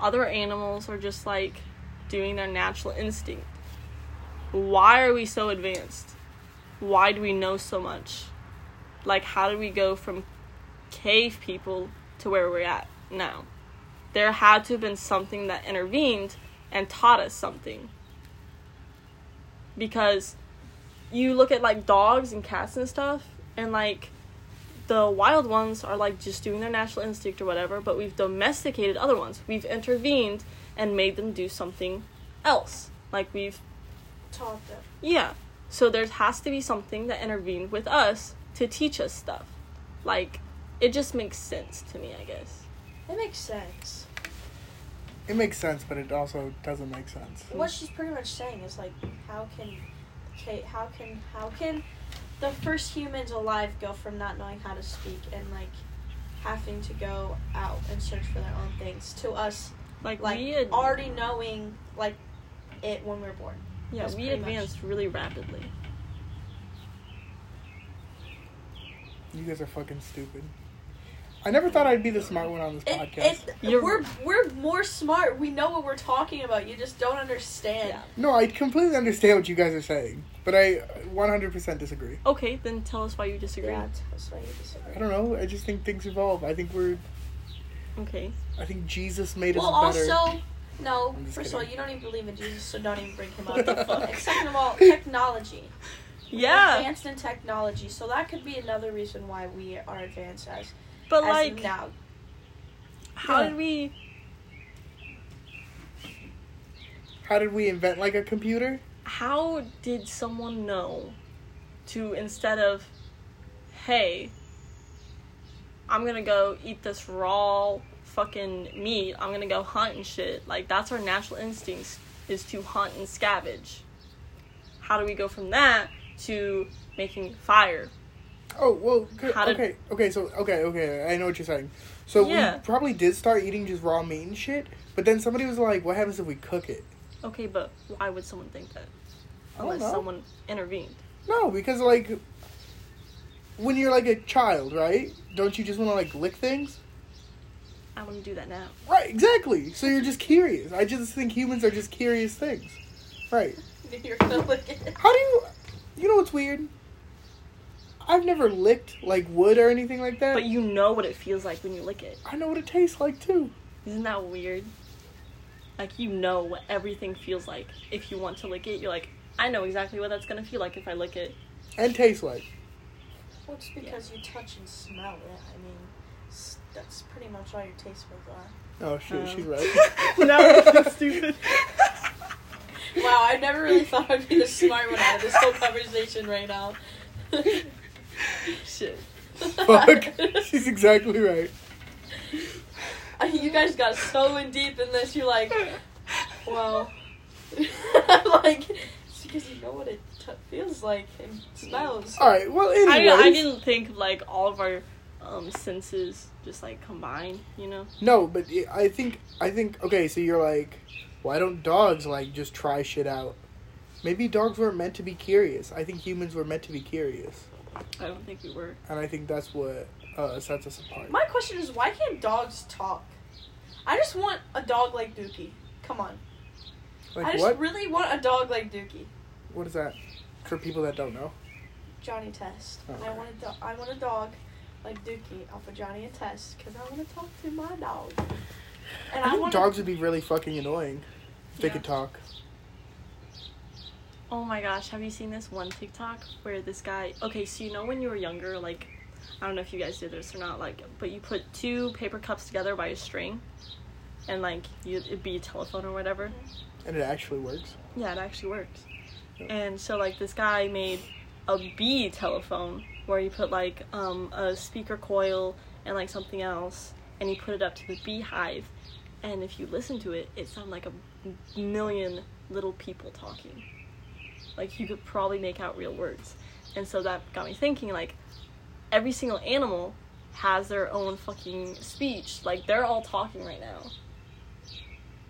Speaker 1: other animals are just like doing their natural instinct why are we so advanced why do we know so much like how do we go from cave people to where we're at now there had to have been something that intervened and taught us something because you look at like dogs and cats and stuff and like the wild ones are like just doing their natural instinct or whatever but we've domesticated other ones we've intervened and made them do something else like we've
Speaker 3: taught them.
Speaker 1: yeah. So there has to be something that intervened with us to teach us stuff. Like, it just makes sense to me, I guess.
Speaker 3: It makes sense.
Speaker 2: It makes sense, but it also doesn't make sense.
Speaker 3: What she's pretty much saying is like, how can, okay, how can, how can, the first humans alive go from not knowing how to speak and like, having to go out and search for their own things to us
Speaker 1: Like,
Speaker 3: like
Speaker 1: we ad-
Speaker 3: already knowing like, it when we were born.
Speaker 1: yeah
Speaker 3: that's
Speaker 1: we
Speaker 3: pretty much-
Speaker 1: advanced really rapidly.
Speaker 2: You guys are fucking stupid. I never thought I'd be the smart one on this
Speaker 3: It,
Speaker 2: podcast.
Speaker 3: it,
Speaker 1: You're-
Speaker 3: we're we're more smart. We know what we're talking about. You just don't understand.
Speaker 1: Yeah.
Speaker 2: no, I completely understand what you guys are saying, but I 100% disagree.
Speaker 1: Okay, then tell us why you disagree.
Speaker 3: Yeah, that's why you disagree.
Speaker 2: I don't know. I just think things evolve. I think we're.
Speaker 1: Okay.
Speaker 2: I think Jesus made
Speaker 3: Well,
Speaker 2: us better.
Speaker 3: also, no.
Speaker 2: I'm just
Speaker 3: First of all,
Speaker 2: kidding.
Speaker 3: you don't even believe in Jesus, so don't even bring him up. And Second of all, technology.
Speaker 1: Yeah,
Speaker 3: Advanced in technology, so that could be another reason why we are advanced as,
Speaker 1: but
Speaker 3: as
Speaker 1: like,
Speaker 3: of now.
Speaker 1: how
Speaker 2: Yeah.
Speaker 1: did we.
Speaker 2: How did we invent like a computer?
Speaker 1: How did someone know to, instead of, hey, I'm gonna go eat this raw fucking meat. I'm gonna go hunt and shit. Like that's our natural instincts is to hunt and scavenge. How do we go from that to making fire?
Speaker 2: Oh, well, good.
Speaker 1: How did-
Speaker 2: okay, okay, so, okay, okay, I know what you're saying. So,
Speaker 1: Yeah.
Speaker 2: we probably did start eating just raw meat and shit, but then somebody was like, what happens if we cook it?
Speaker 1: Okay, but why would someone think that?
Speaker 2: I don't
Speaker 1: Unless
Speaker 2: know.
Speaker 1: someone intervened.
Speaker 2: No, because, like, when you're, like, a child, right? Don't you just want to, like, lick things?
Speaker 1: I wanna do that now.
Speaker 2: Right, exactly. So you're just curious. I just think humans are just curious things. Right.
Speaker 3: You're gonna look at
Speaker 2: How do you. You know what's weird? I've never licked, like, wood or anything like that.
Speaker 1: But you know what it feels like when you lick it.
Speaker 2: I know what it tastes like, too.
Speaker 1: Isn't that weird? Like you know what everything feels like. If you want to lick it, you're like, I know exactly what that's gonna feel like if I lick it.
Speaker 2: and taste like.
Speaker 3: Well, it's because you touch and smell it. I mean, s- that's pretty much all your taste buds are.
Speaker 2: Oh shoot,
Speaker 1: Oh.
Speaker 2: she's right.
Speaker 1: now we're looking stupid.
Speaker 3: Wow, I never really thought I'd be the smart one out of this whole conversation right now.
Speaker 1: Shit.
Speaker 2: Fuck, she's exactly right.
Speaker 3: you guys got so in deep in this, you're like, well, like, it's because you know what it t- feels like and smells.
Speaker 2: All right, well,
Speaker 1: I,
Speaker 2: anyway,
Speaker 1: I didn't think of, like all of our um, senses just like combined. You know.
Speaker 2: no, but i- I think I think okay. So you're like, why don't dogs like just try shit out? Maybe dogs weren't meant to be curious. I think humans were meant to be curious,
Speaker 1: I don't think we were.
Speaker 2: and I think that's what uh, sets us apart.
Speaker 3: My question is, why can't dogs talk? I just want a dog like Dookie. Come on. I
Speaker 2: Like
Speaker 3: just
Speaker 2: what?
Speaker 3: really want a dog like Dookie.
Speaker 2: What is that? For people that don't know,
Speaker 3: Johnny Test.
Speaker 2: Okay.
Speaker 3: I want a do- I want a dog like Dookie off of Johnny and Test because I want to talk to my dog. And
Speaker 2: I
Speaker 3: I,
Speaker 2: think
Speaker 3: want
Speaker 2: dogs would be really fucking annoying if they
Speaker 1: Yeah.
Speaker 2: could talk.
Speaker 1: Oh my gosh, have you seen this one TikTok where this guy okay, so you know when you were younger, like I don't know if you guys did this or not, like but you put two paper cups together by a string and like you it'd be a telephone or whatever.
Speaker 2: And it actually works.
Speaker 1: Yeah, it actually works.
Speaker 2: Yeah.
Speaker 1: And so like this guy made a bee telephone where you put like um a speaker coil and like something else and you put it up to the beehive and if you listen to it it sounded like a m- million little people talking like you could probably make out real words and so that got me thinking like every single animal has their own fucking speech like they're all talking right now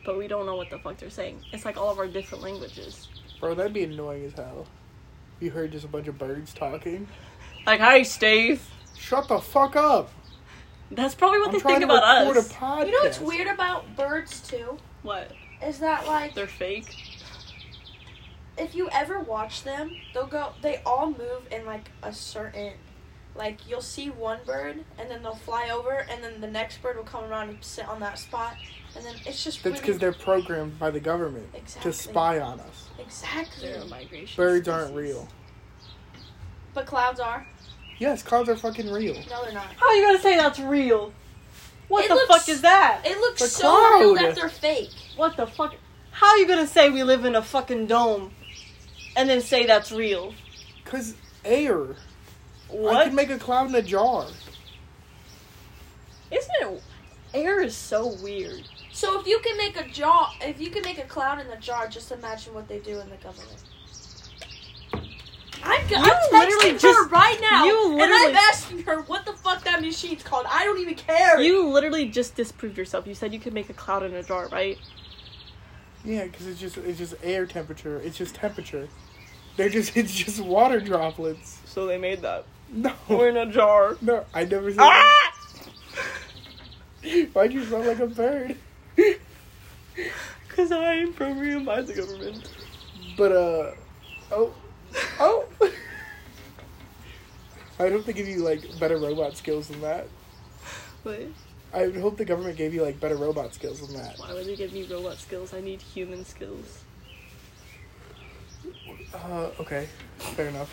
Speaker 1: but we don't know what the fuck they're saying it's like all of our different languages
Speaker 2: Bro, that'd be annoying as hell. You heard just a bunch of birds talking.
Speaker 1: like hi steve
Speaker 2: Shut the fuck up.
Speaker 1: that's probably what
Speaker 2: I'm
Speaker 1: they
Speaker 2: trying
Speaker 1: think about
Speaker 2: to record
Speaker 1: us
Speaker 2: a podcast.
Speaker 3: You know what's weird about birds too
Speaker 1: what
Speaker 3: is that like
Speaker 1: they're fake
Speaker 3: if you ever watch them, they'll go. They all move in like a certain. Like you'll see one bird, and then they'll fly over, and then the next bird will come around and sit on that spot, and then it's just
Speaker 2: That's because
Speaker 3: really
Speaker 2: they're programmed by the government
Speaker 3: Exactly.
Speaker 2: to spy on us.
Speaker 3: exactly.
Speaker 1: they're a migration
Speaker 2: Birds aren't
Speaker 1: species.
Speaker 2: real.
Speaker 3: But clouds are.
Speaker 2: Yes, clouds are fucking real.
Speaker 3: No, they're not.
Speaker 1: how are you gonna say that's real what
Speaker 3: It
Speaker 1: the
Speaker 3: looks-
Speaker 1: fuck is that
Speaker 3: It looks
Speaker 2: But
Speaker 3: so real
Speaker 2: cloud.
Speaker 3: that they're fake.
Speaker 1: What the fuck? How are you gonna say we live in a fucking dome and then say that's real?
Speaker 2: Cause air. I
Speaker 1: What?
Speaker 2: can make a cloud in a jar.
Speaker 1: Isn't it? Air is so weird.
Speaker 3: So if you can make a jar, if you can make a cloud in a jar, just imagine what they do in the government. I'm, g- I'm
Speaker 1: You literally
Speaker 3: texting her
Speaker 1: just-
Speaker 3: right now,
Speaker 1: you
Speaker 3: and I'm
Speaker 1: literally-
Speaker 3: asking her what the fuck that machine's called. I don't even care.
Speaker 1: You literally just disproved yourself. You said you could make a cloud in a jar, right?
Speaker 2: Yeah, cause it's just it's just air temperature. It's just temperature. They're just it's just water droplets.
Speaker 1: So they made that.
Speaker 2: No,
Speaker 1: We're in a jar.
Speaker 2: no, I never said.
Speaker 1: Ah!
Speaker 2: that. Why'd you sound like a bird?
Speaker 1: Cause I am programmed by the government.
Speaker 2: But uh, oh, oh. I hope they give you like better robot skills than that.
Speaker 1: But
Speaker 2: I would hope the government gave you like better robot skills than that.
Speaker 1: why would they give me robot skills? I need human skills.
Speaker 2: Uh, okay, fair enough.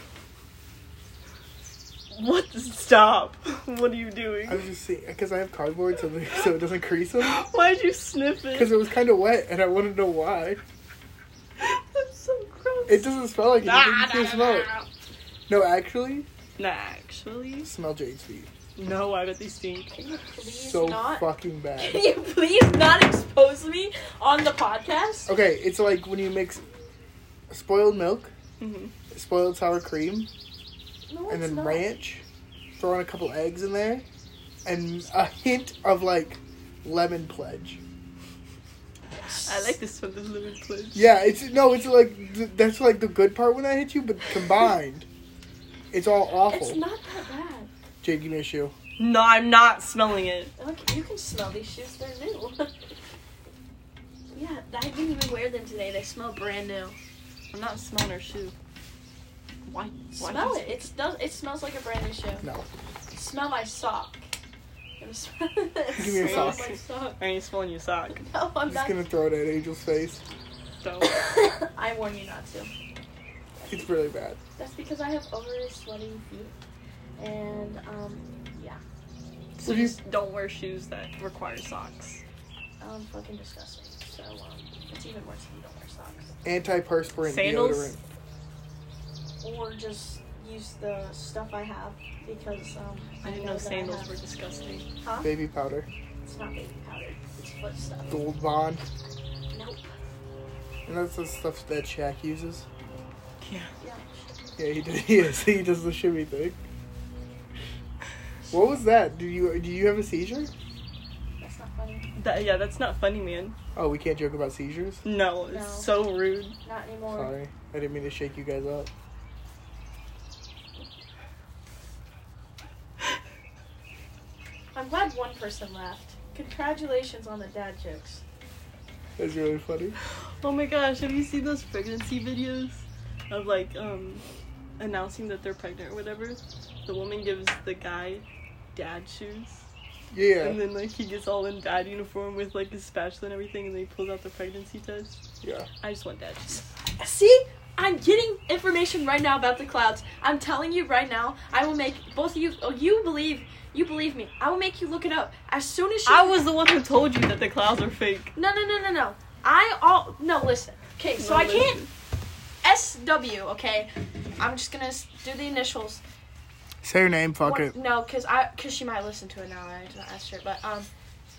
Speaker 1: What? Stop. What are you doing?
Speaker 2: I was just seeing because I have cardboard so the- so it doesn't crease them.
Speaker 1: Why'd you sniff it?
Speaker 2: Because it was kind of wet and I wanted to know why.
Speaker 1: That's so gross.
Speaker 2: It doesn't smell like it.
Speaker 1: Nah,
Speaker 2: you can
Speaker 1: nah,
Speaker 2: smell it.
Speaker 1: nah.
Speaker 2: No, actually,
Speaker 1: Nah, actually.
Speaker 2: smell Jade's feet.
Speaker 1: No, I bet they stink.
Speaker 3: Can you please
Speaker 2: so
Speaker 3: not?
Speaker 2: fucking
Speaker 3: Can
Speaker 2: bad.
Speaker 3: you please not expose me on the podcast?
Speaker 2: Okay, it's like when you mix spoiled milk,
Speaker 1: hmm
Speaker 2: spoiled sour cream,
Speaker 3: No,
Speaker 2: Oh, and
Speaker 3: it's
Speaker 2: then
Speaker 3: not.
Speaker 2: ranch. Throw in a couple eggs in there, and a hint of like lemon pledge.
Speaker 1: I like the smell of lemon pledge.
Speaker 2: Yeah, it's no, it's like th- that's like the good part when that hits you, but combined, it's all awful.
Speaker 3: It's not that bad.
Speaker 2: Jade, give me a shoe.
Speaker 1: No, I'm not smelling it.
Speaker 3: Look, you can smell these shoes. They're new. yeah, I didn't even wear them today. They smell brand new.
Speaker 1: I'm not smelling her shoe. Why? why
Speaker 3: Smell it. It does. It smells like a brand new shoe.
Speaker 2: No,
Speaker 3: Smell my sock.
Speaker 4: gonna smell this.
Speaker 2: Give me your
Speaker 4: It
Speaker 1: sock.
Speaker 4: smells like sock.
Speaker 1: Are you smelling your sock?
Speaker 4: No, I'm
Speaker 2: I'm just
Speaker 4: not.
Speaker 2: gonna throw it at Angel's face.
Speaker 1: So
Speaker 4: I warn you not to.
Speaker 2: It's really bad.
Speaker 4: That's because I have over sweaty feet, and um, yeah,
Speaker 1: so
Speaker 2: Would you-
Speaker 1: just don't wear shoes that require socks.
Speaker 4: um, fucking disgusting. So um, it's even worse if you don't wear socks.
Speaker 2: Antiperspirant
Speaker 1: Sandals?
Speaker 2: deodorant.
Speaker 4: Or just use the stuff I have because um,
Speaker 1: I didn't know
Speaker 4: that I
Speaker 1: sandals
Speaker 4: have-
Speaker 1: were disgusting.
Speaker 4: Huh?
Speaker 2: Baby powder.
Speaker 4: It's not baby powder. It's foot stuff.
Speaker 2: Gold bond.
Speaker 4: Nope.
Speaker 2: And that's the stuff that Shaq uses.
Speaker 1: Yeah.
Speaker 4: Yeah.
Speaker 2: Yeah, he does. He, is. he does the shimmy thing. What was that? Do you do you have a seizure?
Speaker 4: That's not funny.
Speaker 1: That, yeah, that's not funny, man.
Speaker 2: Oh, we can't joke about seizures.
Speaker 1: No,
Speaker 4: No.
Speaker 1: it's so rude.
Speaker 4: Not anymore.
Speaker 2: Sorry, I didn't mean to shake you guys up.
Speaker 4: I'm glad one person laughed. Congratulations on the dad jokes.
Speaker 2: That's really funny.
Speaker 1: Oh my gosh, have you seen those pregnancy videos of like um announcing that they're pregnant or whatever? The woman gives the guy dad shoes. And
Speaker 2: Yeah,
Speaker 1: then like he gets all in dad uniform with like his spatula and everything and then he pulls out the pregnancy test.
Speaker 2: yeah.
Speaker 1: I just want dad shoes.
Speaker 3: See, I'm getting information right now about the clouds. I'm telling you right now. I will make both of you. Oh, you believe. You believe me. I will make you look it up as soon as you.
Speaker 1: I was the one who told you that the clouds are fake.
Speaker 3: No, no, no, no, no. I all no. Listen. Okay, so
Speaker 1: No,
Speaker 3: I can't. SW. Okay, I'm just gonna s- do the initials.
Speaker 2: Say your name. Fuck
Speaker 3: One-
Speaker 2: it.
Speaker 3: No, cause I, cause she might listen to it now. and I did not ask her, but um,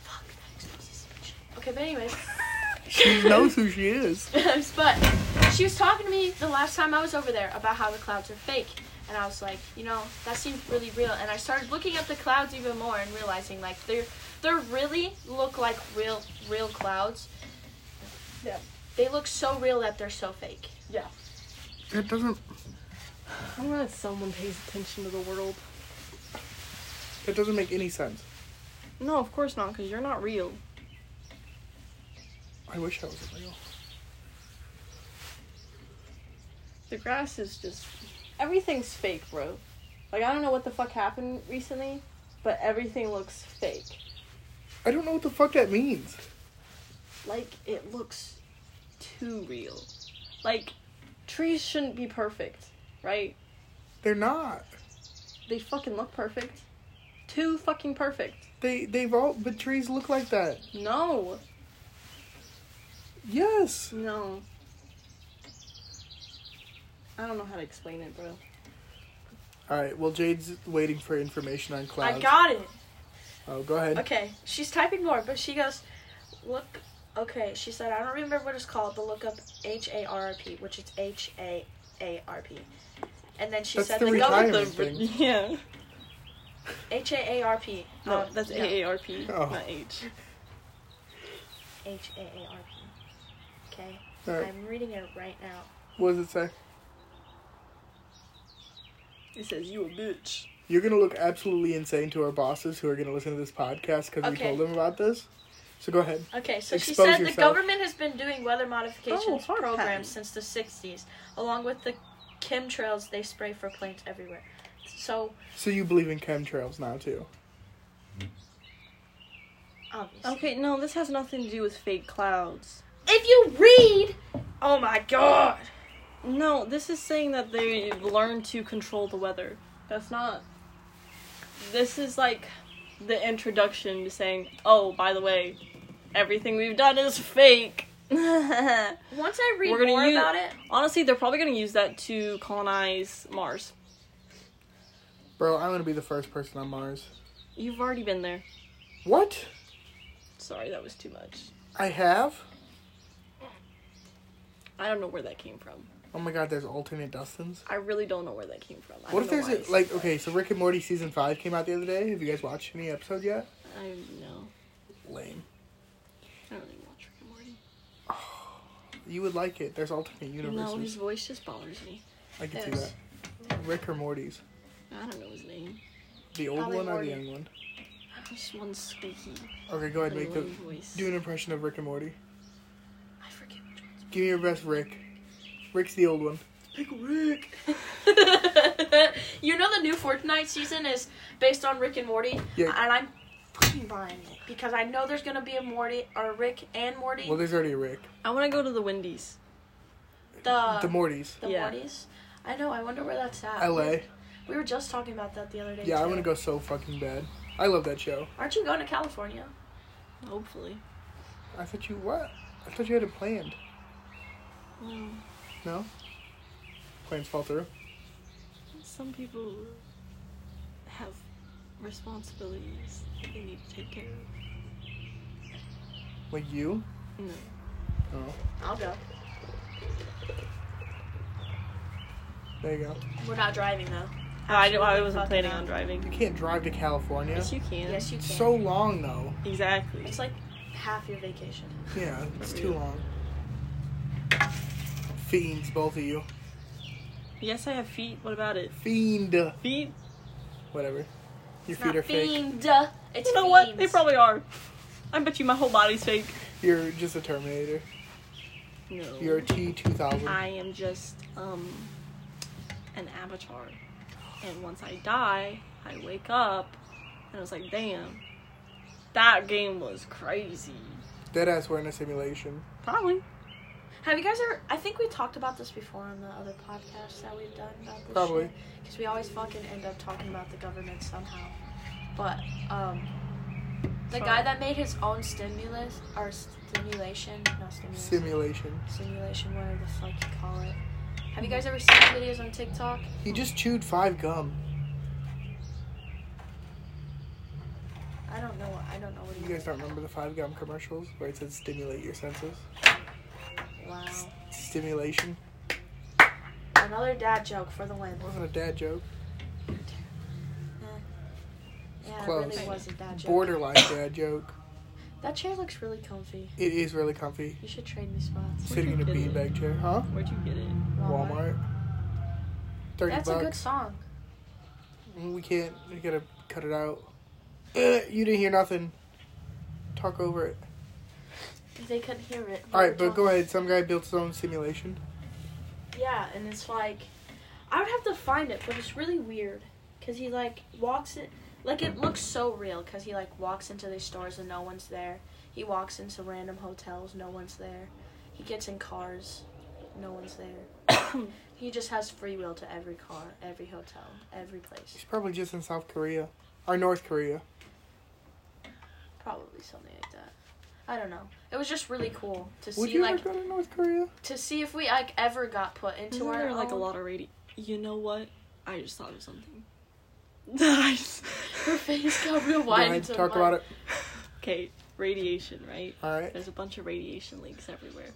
Speaker 3: fuck that exposes so much. Okay, but anyways.
Speaker 2: She knows who she is.
Speaker 3: but she was talking to me the last time I was over there about how the clouds are fake. And I was like, you know, that seems really real. And I started looking at the clouds even more and realizing like they're they really look like real real clouds.
Speaker 1: Yeah.
Speaker 3: They look so real that they're so fake.
Speaker 2: That doesn't.
Speaker 1: I'm glad someone pays attention to the world.
Speaker 2: That doesn't make any sense.
Speaker 1: No, of course not, because you're not real.
Speaker 2: I wish I was real.
Speaker 1: The grass is just everything's fake, bro. Like I don't know what the fuck happened recently, but everything looks fake.
Speaker 2: I don't know what the fuck that means.
Speaker 1: Like it looks too real. Like trees shouldn't be perfect, right?
Speaker 2: They're not.
Speaker 1: They fucking look perfect. Too fucking perfect.
Speaker 2: They they've all but trees look like that.
Speaker 1: No.
Speaker 2: Yes.
Speaker 1: No. I don't know how to explain it, bro.
Speaker 2: All right. Well, Jade's waiting for information on clouds.
Speaker 3: I got it.
Speaker 2: oh, go ahead.
Speaker 3: Okay, she's typing more, but she goes, look. Okay, she said I don't remember what it's called, but look up H A R R P, which is H A A R P. And then she
Speaker 2: That's
Speaker 3: said
Speaker 2: the
Speaker 3: the,
Speaker 2: retirement
Speaker 3: government
Speaker 2: thing.
Speaker 1: Yeah.
Speaker 3: H A A R P. Um,
Speaker 1: No, that's AARP,
Speaker 2: Oh.
Speaker 1: not H.
Speaker 3: H A A R P. Okay,
Speaker 2: All right.
Speaker 3: I'm reading it right now.
Speaker 2: What does it say?
Speaker 1: It says you a bitch.
Speaker 2: You're gonna look absolutely insane to our bosses who are gonna listen to this podcast because we
Speaker 3: Okay.
Speaker 2: told them about this. So go ahead.
Speaker 3: Okay, so she
Speaker 2: Expose
Speaker 3: said
Speaker 2: yourself.
Speaker 3: the government has been doing weather modifications
Speaker 1: Oh, hard pattern.
Speaker 3: programs since the 60s, along with the chemtrails they spray for planes everywhere. So
Speaker 2: So you believe in chemtrails now too?
Speaker 3: obviously.
Speaker 1: Okay, no, this has nothing to do with fake clouds.
Speaker 3: If you read, oh my god.
Speaker 1: No, this is saying that they learn to control the weather. That's not. This is like the introduction to saying, oh, by the way, everything we've done is fake.
Speaker 3: Once I read
Speaker 1: We're gonna
Speaker 3: more
Speaker 1: use-
Speaker 3: about it,
Speaker 1: Honestly, they're probably gonna use that to colonize Mars.
Speaker 2: Bro, I'm gonna be the first person on Mars.
Speaker 1: You've already been there.
Speaker 2: What?
Speaker 1: Sorry, that was too much.
Speaker 2: I have?
Speaker 1: I don't know where that came from.
Speaker 2: Oh my god, there's alternate Dustins.
Speaker 1: I really don't know where that came from. I don't
Speaker 2: What if
Speaker 1: know
Speaker 2: there's
Speaker 1: why I
Speaker 2: a,
Speaker 1: said
Speaker 2: like
Speaker 1: that.
Speaker 2: okay, so Rick and Morty season five came out the other day. Have you guys watched any episode yet?
Speaker 1: I know.
Speaker 2: Lame.
Speaker 1: I don't even watch Rick and Morty.
Speaker 2: You would like it. There's alternate
Speaker 1: No, his
Speaker 2: universes.
Speaker 1: voice just bothers me.
Speaker 2: I can see
Speaker 3: Yes.
Speaker 2: that. Rick or Morty's.
Speaker 1: I don't know his name.
Speaker 2: The old
Speaker 3: Probably
Speaker 2: one or
Speaker 3: Morty.
Speaker 2: the young one?
Speaker 1: Just one squeaky,
Speaker 2: Okay, go ahead, make
Speaker 1: low
Speaker 2: the
Speaker 1: voice.
Speaker 2: do an impression of Rick and Morty.
Speaker 3: I forget which one's.
Speaker 2: Give me your best Rick. Rick's the old one.
Speaker 1: Pickle Rick.
Speaker 3: you know the new Fortnite season is based on Rick and Morty,
Speaker 2: Yeah.
Speaker 3: and I'm fucking buying it because I know there's gonna be a Morty or Rick and Morty.
Speaker 2: Well, there's already a Rick.
Speaker 1: I want to go to the Wendy's.
Speaker 3: the
Speaker 2: the Mortys.
Speaker 3: the
Speaker 1: Yeah.
Speaker 3: Mortys. I know. I wonder where that's at.
Speaker 2: L.A.
Speaker 3: We were just talking about that the other day.
Speaker 2: Yeah, I
Speaker 3: too.
Speaker 2: want to go so fucking bad. I love that show.
Speaker 3: Aren't you going to California?
Speaker 1: Hopefully.
Speaker 2: I thought you what? I thought you had it planned.
Speaker 1: Mm,
Speaker 2: No. Plans fall through.
Speaker 1: some people have responsibilities that they need to take care of.
Speaker 2: Like you?
Speaker 1: No.
Speaker 2: Oh,
Speaker 3: I'll go.
Speaker 2: there you go.
Speaker 3: We're not driving though.
Speaker 1: Oh, I,
Speaker 3: Actually,
Speaker 1: I wasn't
Speaker 3: fucking
Speaker 1: planning
Speaker 3: no.
Speaker 1: on
Speaker 2: You
Speaker 1: driving.
Speaker 2: can't drive to California.
Speaker 1: Yes, you can.
Speaker 3: Yes, you can.
Speaker 2: It's so long though.
Speaker 1: Exactly.
Speaker 3: it's like half your vacation.
Speaker 2: Yeah, it's
Speaker 1: Yeah.
Speaker 2: too long. Fiends, both of you.
Speaker 1: Yes, I have feet. What about it?
Speaker 2: Fiend.
Speaker 1: Feet?
Speaker 2: Whatever. Your
Speaker 3: It's
Speaker 2: feet
Speaker 3: not
Speaker 2: are fake.
Speaker 3: fiend. It's
Speaker 1: You know what?
Speaker 3: fiends.
Speaker 1: They probably are. I bet you my whole body's fake.
Speaker 2: You're just a Terminator.
Speaker 1: No.
Speaker 2: You're a T two thousand.
Speaker 1: I am just um an avatar. And once I die, I wake up and I was like, damn, that game was crazy.
Speaker 2: Dead ass we're in a simulation.
Speaker 1: Probably.
Speaker 3: Have you guys ever? I think we talked about this before on the other podcast that we've done about this.
Speaker 2: Probably.
Speaker 3: Because we always fucking end up talking about the government somehow. But um, the
Speaker 1: Sorry.
Speaker 3: guy that made his own stimulus or stimulation, not stimulus,
Speaker 2: Simulation.
Speaker 3: simulation, whatever the fuck you call it. Have you guys ever seen the videos on TikTok?
Speaker 2: He just chewed five gum.
Speaker 3: I don't know. What, I don't know what
Speaker 2: You guys don't remember the five gum commercials where it said stimulate your senses?
Speaker 3: Wow.
Speaker 2: Stimulation.
Speaker 3: Another dad joke for the win. Eh.
Speaker 2: It wasn't a dad joke.
Speaker 3: Yeah, it
Speaker 2: Close.
Speaker 3: really was a dad joke.
Speaker 2: Borderline dad joke.
Speaker 3: That chair looks really comfy.
Speaker 2: It is really comfy.
Speaker 3: You should trade me spots.
Speaker 2: Sitting in a
Speaker 1: Where'd you get
Speaker 2: beanbag chair, huh?
Speaker 1: Where'd you get it?
Speaker 2: Walmart. Thirty
Speaker 3: That's a good
Speaker 2: bucks.
Speaker 3: song.
Speaker 2: We can't. We gotta cut it out. Uh, you didn't hear nothing. Talk over it.
Speaker 3: They couldn't hear it.
Speaker 2: All right, but go ahead. Some guy built his own simulation.
Speaker 3: Yeah, and it's like, I would have to find it, but it's really weird because he like walks in, like it looks so real because he like walks into these stores and no one's there. He walks into random hotels, no one's there. He gets in cars, no one's there. he just has free will to every car, every hotel, every place.
Speaker 2: He's probably just in South Korea or North Korea.
Speaker 3: Probably something like that. I don't know. It was just really cool to
Speaker 2: Would
Speaker 3: see
Speaker 2: you
Speaker 3: like
Speaker 2: ever go to North Korea?
Speaker 3: to see if we like ever got put into
Speaker 1: Isn't
Speaker 3: our
Speaker 1: there like a
Speaker 3: own-
Speaker 1: lot of radio? You know what? I just thought of something. Nice.
Speaker 3: Her face got real
Speaker 2: Go
Speaker 3: wide.
Speaker 2: ahead.
Speaker 3: into
Speaker 2: Talk
Speaker 3: mine.
Speaker 2: about it.
Speaker 1: Okay, radiation, right?
Speaker 2: All right.
Speaker 1: There's a bunch of radiation leaks everywhere.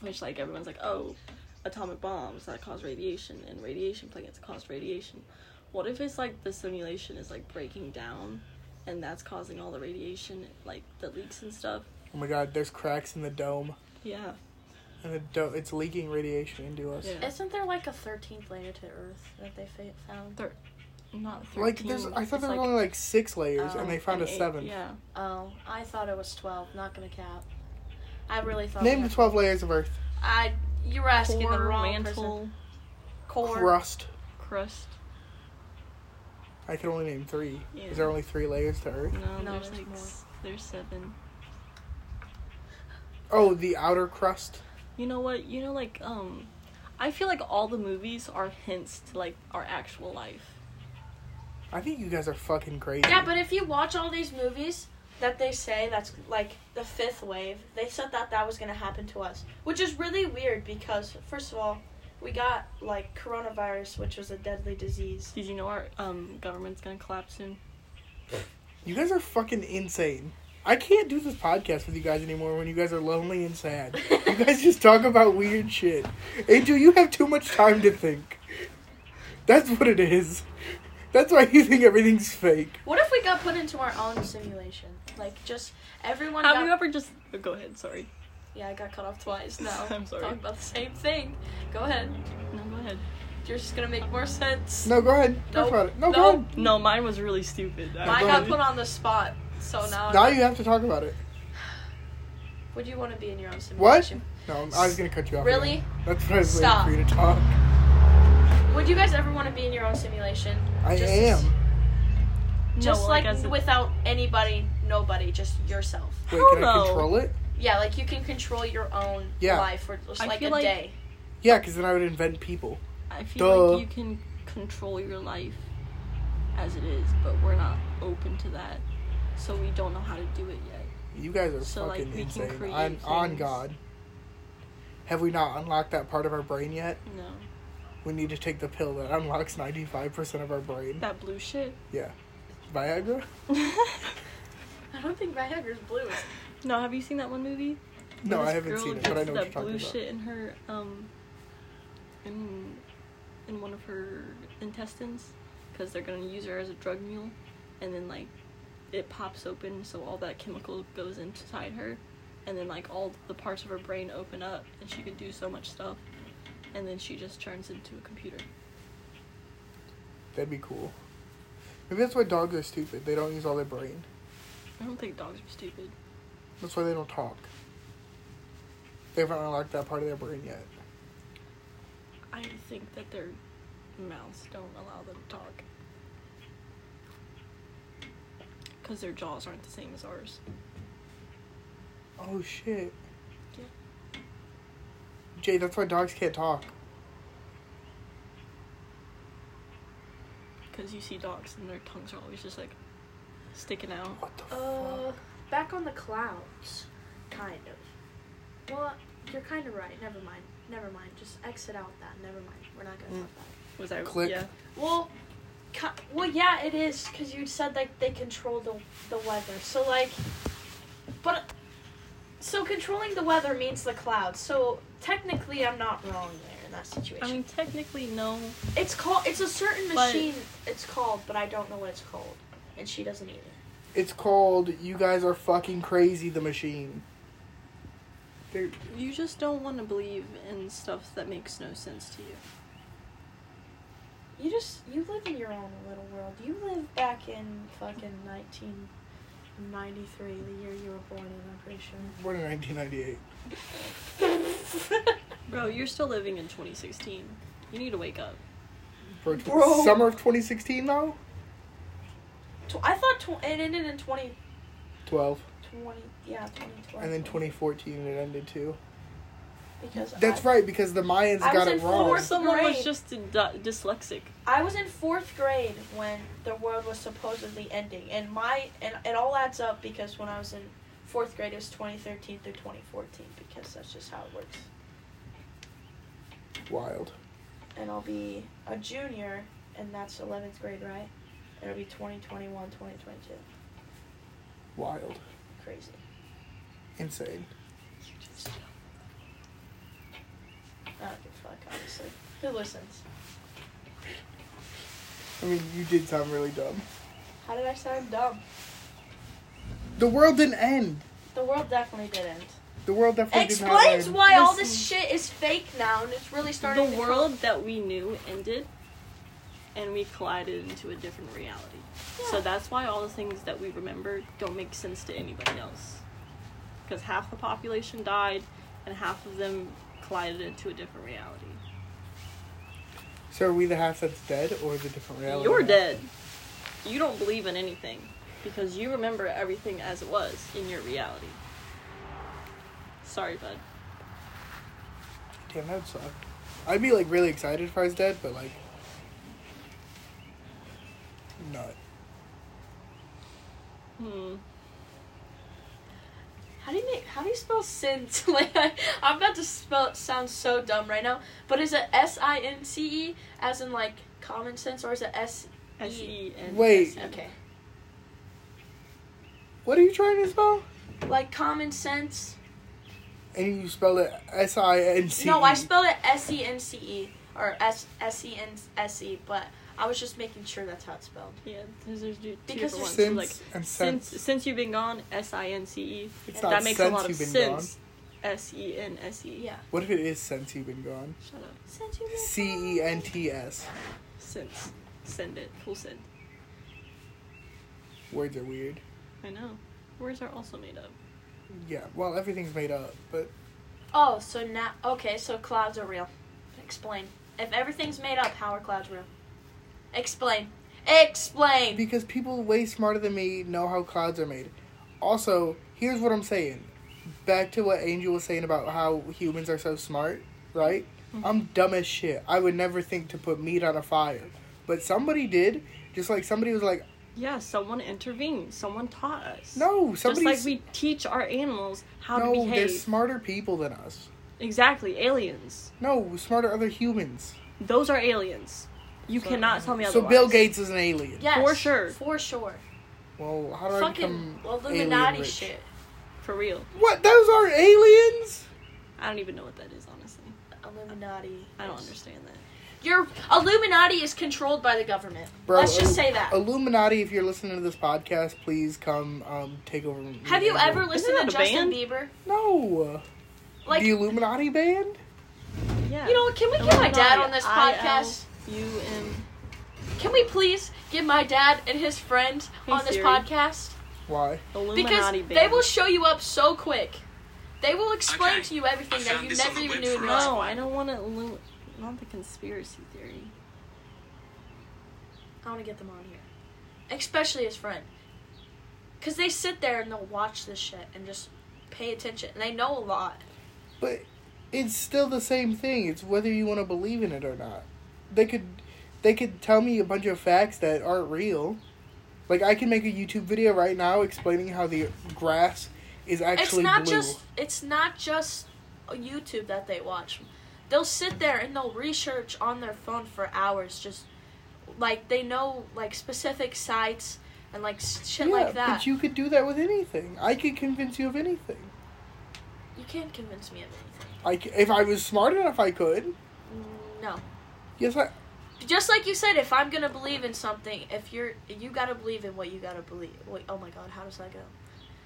Speaker 1: Which, like, everyone's like, oh, atomic bombs that cause radiation and radiation plants cause radiation. What if it's like the simulation is like breaking down and that's causing all the radiation, like the leaks and stuff?
Speaker 2: Oh my God. There's cracks in the dome,
Speaker 1: Yeah.
Speaker 2: and the do- it's leaking radiation into us.
Speaker 1: Yeah.
Speaker 3: Isn't there like a thirteenth layer to Earth that they fa- found?
Speaker 1: Not 13.
Speaker 2: Like there's, I thought
Speaker 1: It's,
Speaker 2: there were
Speaker 1: like, Oh,
Speaker 2: only like six layers,
Speaker 3: um,
Speaker 2: and they found
Speaker 1: an
Speaker 2: a
Speaker 1: eight-
Speaker 2: seventh.
Speaker 1: Yeah.
Speaker 3: Oh, I thought it was twelve. Not gonna cap. I really thought.
Speaker 2: Name
Speaker 3: we
Speaker 2: the
Speaker 3: had-
Speaker 2: twelve layers of Earth.
Speaker 3: I you were asking the
Speaker 1: Core,
Speaker 3: wrong person.
Speaker 1: mantle,
Speaker 3: Core.
Speaker 2: Crust.
Speaker 1: crust.
Speaker 2: I can only name three.
Speaker 1: Yeah.
Speaker 2: Is there only three layers to Earth?
Speaker 1: No,
Speaker 3: No,
Speaker 1: there's
Speaker 3: there's
Speaker 1: like,
Speaker 3: more.
Speaker 1: s- there's seven.
Speaker 2: Oh, the outer crust.
Speaker 1: You know what? You know, like, um, I feel like all the movies are hints to like our actual life.
Speaker 2: I think you guys are fucking crazy.
Speaker 3: Yeah, but if you watch all these movies that they say that's like the fifth wave, they said that that was gonna happen to us, which is really weird because first of all, we got like coronavirus, which was a deadly disease.
Speaker 1: Did you know our um, government's gonna collapse soon?
Speaker 2: you guys are fucking insane. I can't do this podcast with you guys anymore when you guys are lonely and sad. you guys just talk about weird shit. Angel, you have too much time to think. That's what it is. That's why you think everything's fake.
Speaker 3: What if we got put into our own simulation? Like just everyone.
Speaker 1: Have
Speaker 3: got-
Speaker 1: you ever just oh, go ahead? Sorry.
Speaker 3: Yeah, I got cut off twice. No,
Speaker 1: I'm sorry.
Speaker 3: Talk about the same thing. Go ahead.
Speaker 1: No, go ahead.
Speaker 3: You're just gonna make more sense.
Speaker 2: No, go ahead. Talk
Speaker 3: Nope.
Speaker 2: about it. No, go
Speaker 3: Nope.
Speaker 2: ahead.
Speaker 1: No, mine was really stupid.
Speaker 3: I
Speaker 2: go
Speaker 3: got
Speaker 2: ahead.
Speaker 3: put on the spot, so now.
Speaker 2: Now you have to talk about it.
Speaker 3: Would you want to be in your own
Speaker 2: What?
Speaker 3: simulation?
Speaker 2: No, I was gonna cut you off.
Speaker 3: Really?
Speaker 2: That's what I was
Speaker 3: Stop.
Speaker 2: waiting for you to talk.
Speaker 3: Would you guys ever want to be in your own simulation?
Speaker 2: I
Speaker 3: Just-
Speaker 2: am.
Speaker 3: Just
Speaker 1: well, I
Speaker 3: like
Speaker 1: guess it-
Speaker 3: without anybody, nobody, just yourself.
Speaker 2: Wait,
Speaker 1: Hell
Speaker 2: can I
Speaker 1: no.
Speaker 2: control it?
Speaker 3: Yeah, like you can control your own
Speaker 2: Yeah.
Speaker 3: life for just
Speaker 1: I
Speaker 3: like a
Speaker 1: feel like-
Speaker 3: day.
Speaker 2: Yeah, because then I would invent people.
Speaker 1: I feel
Speaker 2: Duh.
Speaker 1: like you can control your life as it is, but we're not open to that, so we don't know how to do it yet.
Speaker 2: You guys are
Speaker 1: So, like,
Speaker 2: fucking
Speaker 1: we can
Speaker 2: insane.
Speaker 1: create
Speaker 2: I'm on
Speaker 1: things.
Speaker 2: God. Have we not unlocked that part of our brain yet?
Speaker 1: No,
Speaker 2: We need to take the pill that unlocks 95% of our brain.
Speaker 1: that blue shit.
Speaker 2: Viagra?
Speaker 3: I don't think Viagra's blue. Is
Speaker 1: no, have you seen that one movie?
Speaker 2: No,
Speaker 1: Where
Speaker 2: I
Speaker 1: this
Speaker 2: haven't
Speaker 1: girl
Speaker 2: seen it,
Speaker 1: gets
Speaker 2: but I know what you're
Speaker 1: that blue
Speaker 2: talking about.
Speaker 1: shit in her um, in in one of her intestines, because they're gonna use her as a drug mule, and then like it pops open, so all that chemical goes inside her, and then like all the parts of her brain open up, and she could do so much stuff, and then she just turns into a computer.
Speaker 2: That'd be cool. Maybe that's why dogs are stupid. They don't use all their brain.
Speaker 1: I don't think dogs are stupid.
Speaker 2: That's why they don't talk. They haven't unlocked that part of their brain yet.
Speaker 1: I think that their mouths don't allow them to talk. Because their jaws aren't the same as ours.
Speaker 2: Oh shit.
Speaker 1: Yeah.
Speaker 2: Jay, that's why dogs can't talk.
Speaker 1: Because you see dogs and their tongues are always just like sticking out.
Speaker 2: What the
Speaker 3: Uh,
Speaker 2: fuck?
Speaker 3: back on the clouds, kind of. Well, you're kind of right. Never mind. Never mind. Just exit out that. Never mind. We're not gonna
Speaker 2: Mm.
Speaker 3: talk about it.
Speaker 1: Was that
Speaker 2: Click.
Speaker 1: Yeah.
Speaker 4: Well, ki- well, yeah, it is because you said like they control the the weather. So like, but so controlling the weather means the clouds. So technically, I'm not wrong there in that situation.
Speaker 1: I mean, technically, no.
Speaker 4: it's called. It's a certain
Speaker 1: But-
Speaker 4: machine. It's called, but I don't know what it's called, and she doesn't either.
Speaker 2: It's called You Guys Are Fucking Crazy the Machine. They're,
Speaker 1: You just don't want to believe in stuff that makes no sense to you.
Speaker 4: You just you live in your own little world. You live back in fucking 1993, the year you were born in. I'm pretty
Speaker 2: born in 1998.
Speaker 4: sure.
Speaker 1: Bro, you're still living in 2016. You need to wake up.
Speaker 2: For tw-
Speaker 4: Bro.
Speaker 2: Summer of 2016 though?
Speaker 4: Tw- I thought tw- it ended in 20,
Speaker 2: 12.
Speaker 4: 20 yeah 2012.
Speaker 2: And then 2014 it ended too.
Speaker 4: Because
Speaker 2: That's
Speaker 4: I,
Speaker 2: right, because the Mayans
Speaker 4: I was
Speaker 2: got
Speaker 4: in
Speaker 2: it wrong.
Speaker 1: Or
Speaker 4: fourth-
Speaker 1: someone was
Speaker 4: Great.
Speaker 1: just d- dyslexic.
Speaker 4: I was in fourth grade when the world was supposedly ending, and my and it all adds up because when I was in fourth grade, it was 2013 through 2014 because that's just how it works.
Speaker 2: Wild.
Speaker 4: and I'll be a junior, and that's 11th grade, right? It'll be 2021, 2022.
Speaker 2: Wild.
Speaker 4: Crazy.
Speaker 2: Insane.
Speaker 4: I don't give a fuck, obviously. Who listens?
Speaker 2: I mean, you did sound really dumb.
Speaker 4: How did I sound dumb?
Speaker 2: The world didn't end.
Speaker 4: The world definitely didn't.
Speaker 2: The world definitely did not
Speaker 4: Explains
Speaker 2: end.
Speaker 4: why all this shit is fake now, and it's really starting.
Speaker 1: the
Speaker 4: to
Speaker 1: world that we knew ended and we collided into a different reality so
Speaker 4: Yeah.
Speaker 1: that's why all the things that we remember don't make sense to anybody else because half the population died and half of them collided into a different reality
Speaker 2: So are we the half that's dead or the different reality?
Speaker 1: you're dead you don't believe in anything because you remember everything as it was in your reality sorry bud
Speaker 2: Damn, that would suck. I'd be like really excited if I was dead, but like, not.
Speaker 1: hmm
Speaker 3: How do you make? How do you spell sint? like I, I'm about to spell. Sound so dumb right now. But is it S I N C E as in like common sense, or is it S? E?
Speaker 1: S-E-N-S-E.
Speaker 2: Wait.
Speaker 3: Okay.
Speaker 2: What are you trying to spell?
Speaker 3: Like common sense.
Speaker 2: And you spell it S I N C. E.
Speaker 3: No, I spell it S E N C E or S S E N S E, but I was just making sure that's how it's spelled.
Speaker 1: yeah there's, there's two
Speaker 3: Because
Speaker 1: different ones so,
Speaker 2: Since
Speaker 1: like
Speaker 2: and
Speaker 1: since
Speaker 2: sense.
Speaker 1: since you've been gone, S I N C E.
Speaker 2: it's not
Speaker 1: That makes a
Speaker 2: since
Speaker 1: lot of
Speaker 2: you've been
Speaker 1: sense.
Speaker 2: gone.
Speaker 1: S E N S E.
Speaker 3: Yeah.
Speaker 2: What if it is since you've been gone?
Speaker 1: Shut up.
Speaker 4: Since you
Speaker 2: C E N T S.
Speaker 1: Since. Send it. Full send.
Speaker 2: Words are weird.
Speaker 1: I know. Words are also made up.
Speaker 2: Yeah. Well, everything's made up, but
Speaker 3: Oh, so now okay, so clouds are real. Explain. If everything's made up, how are clouds real? Explain. Explain.
Speaker 2: Because people way smarter than me know how clouds are made. Also, here's what I'm saying. Back to what Angel was saying about how humans are so smart, right?
Speaker 1: Mm-hmm.
Speaker 2: I'm dumb as shit. I would never think to put meat on a fire. But somebody did. Just like somebody was like,
Speaker 1: Yeah, someone intervened. Someone taught us.
Speaker 2: no,
Speaker 1: Just like
Speaker 2: somebody's
Speaker 1: we teach our animals how
Speaker 2: no,
Speaker 1: to
Speaker 2: they're
Speaker 1: behave.
Speaker 2: smarter people than us.
Speaker 1: exactly, aliens.
Speaker 2: No, smarter other humans.
Speaker 1: Those are aliens. You cannot tell me
Speaker 2: So
Speaker 1: otherwise.
Speaker 2: Bill Gates is an alien.
Speaker 3: Yes.
Speaker 1: For sure.
Speaker 3: For sure.
Speaker 2: Well, how do I
Speaker 3: Fucking
Speaker 2: become alien
Speaker 3: Illuminati
Speaker 2: rich?
Speaker 3: shit.
Speaker 1: For real.
Speaker 2: What? Those are aliens?
Speaker 1: I don't even know what that is, honestly.
Speaker 4: Illuminati.
Speaker 1: I don't understand that.
Speaker 3: Your Illuminati is controlled by the government.
Speaker 2: Bro,
Speaker 3: Let's just
Speaker 2: Ill-
Speaker 3: say that.
Speaker 2: Illuminati, if you're listening to this podcast, please come um, take over. my
Speaker 3: Have you
Speaker 2: neighborhood.
Speaker 3: ever listened to
Speaker 1: that a
Speaker 3: Justin
Speaker 1: band?
Speaker 3: Bieber?
Speaker 2: No.
Speaker 3: Like,
Speaker 2: the
Speaker 3: you
Speaker 2: Illuminati band?
Speaker 1: Yeah.
Speaker 3: know what? Can we get my dad
Speaker 1: Illuminati,
Speaker 3: on this
Speaker 1: I um, L
Speaker 3: podcast?
Speaker 1: U M.
Speaker 3: Can we please get my dad and his friends
Speaker 1: Hey,
Speaker 3: on this
Speaker 1: Siri.
Speaker 3: podcast?
Speaker 2: Why?
Speaker 3: Because
Speaker 1: Illuminati
Speaker 3: they
Speaker 1: band.
Speaker 3: will show you up so quick. They will explain
Speaker 5: Okay.
Speaker 3: to you everything
Speaker 5: I
Speaker 3: that
Speaker 5: found
Speaker 3: you
Speaker 5: this on
Speaker 3: never
Speaker 5: the
Speaker 3: even
Speaker 5: web
Speaker 3: knew.
Speaker 5: for
Speaker 3: existed.
Speaker 1: No, I don't want to illuminate. Not the conspiracy theory.
Speaker 3: I want to get them on here, especially his friend, because they sit there and they'll watch this shit and just pay attention, and they know a lot.
Speaker 2: But it's still the same thing. It's whether you want to believe in it or not. They could they could tell me a bunch of facts that aren't real. Like I can make a YouTube video right now explaining how the grass is actually
Speaker 3: it's not
Speaker 2: blue.
Speaker 3: just it's not just YouTube that they watch. They'll sit there and they'll research on their phone for hours, just like they know like specific sites and like s- shit
Speaker 2: yeah,
Speaker 3: like that.
Speaker 2: but you could do that with anything. I could convince you of anything.
Speaker 3: You can't convince me of anything.
Speaker 2: I c- if I was smart enough, I could.
Speaker 3: No.
Speaker 2: Yes, I.
Speaker 3: Just like you said, if I'm gonna believe in something, if you're you gotta believe in what you gotta believe. Wait, oh my god, how does that go?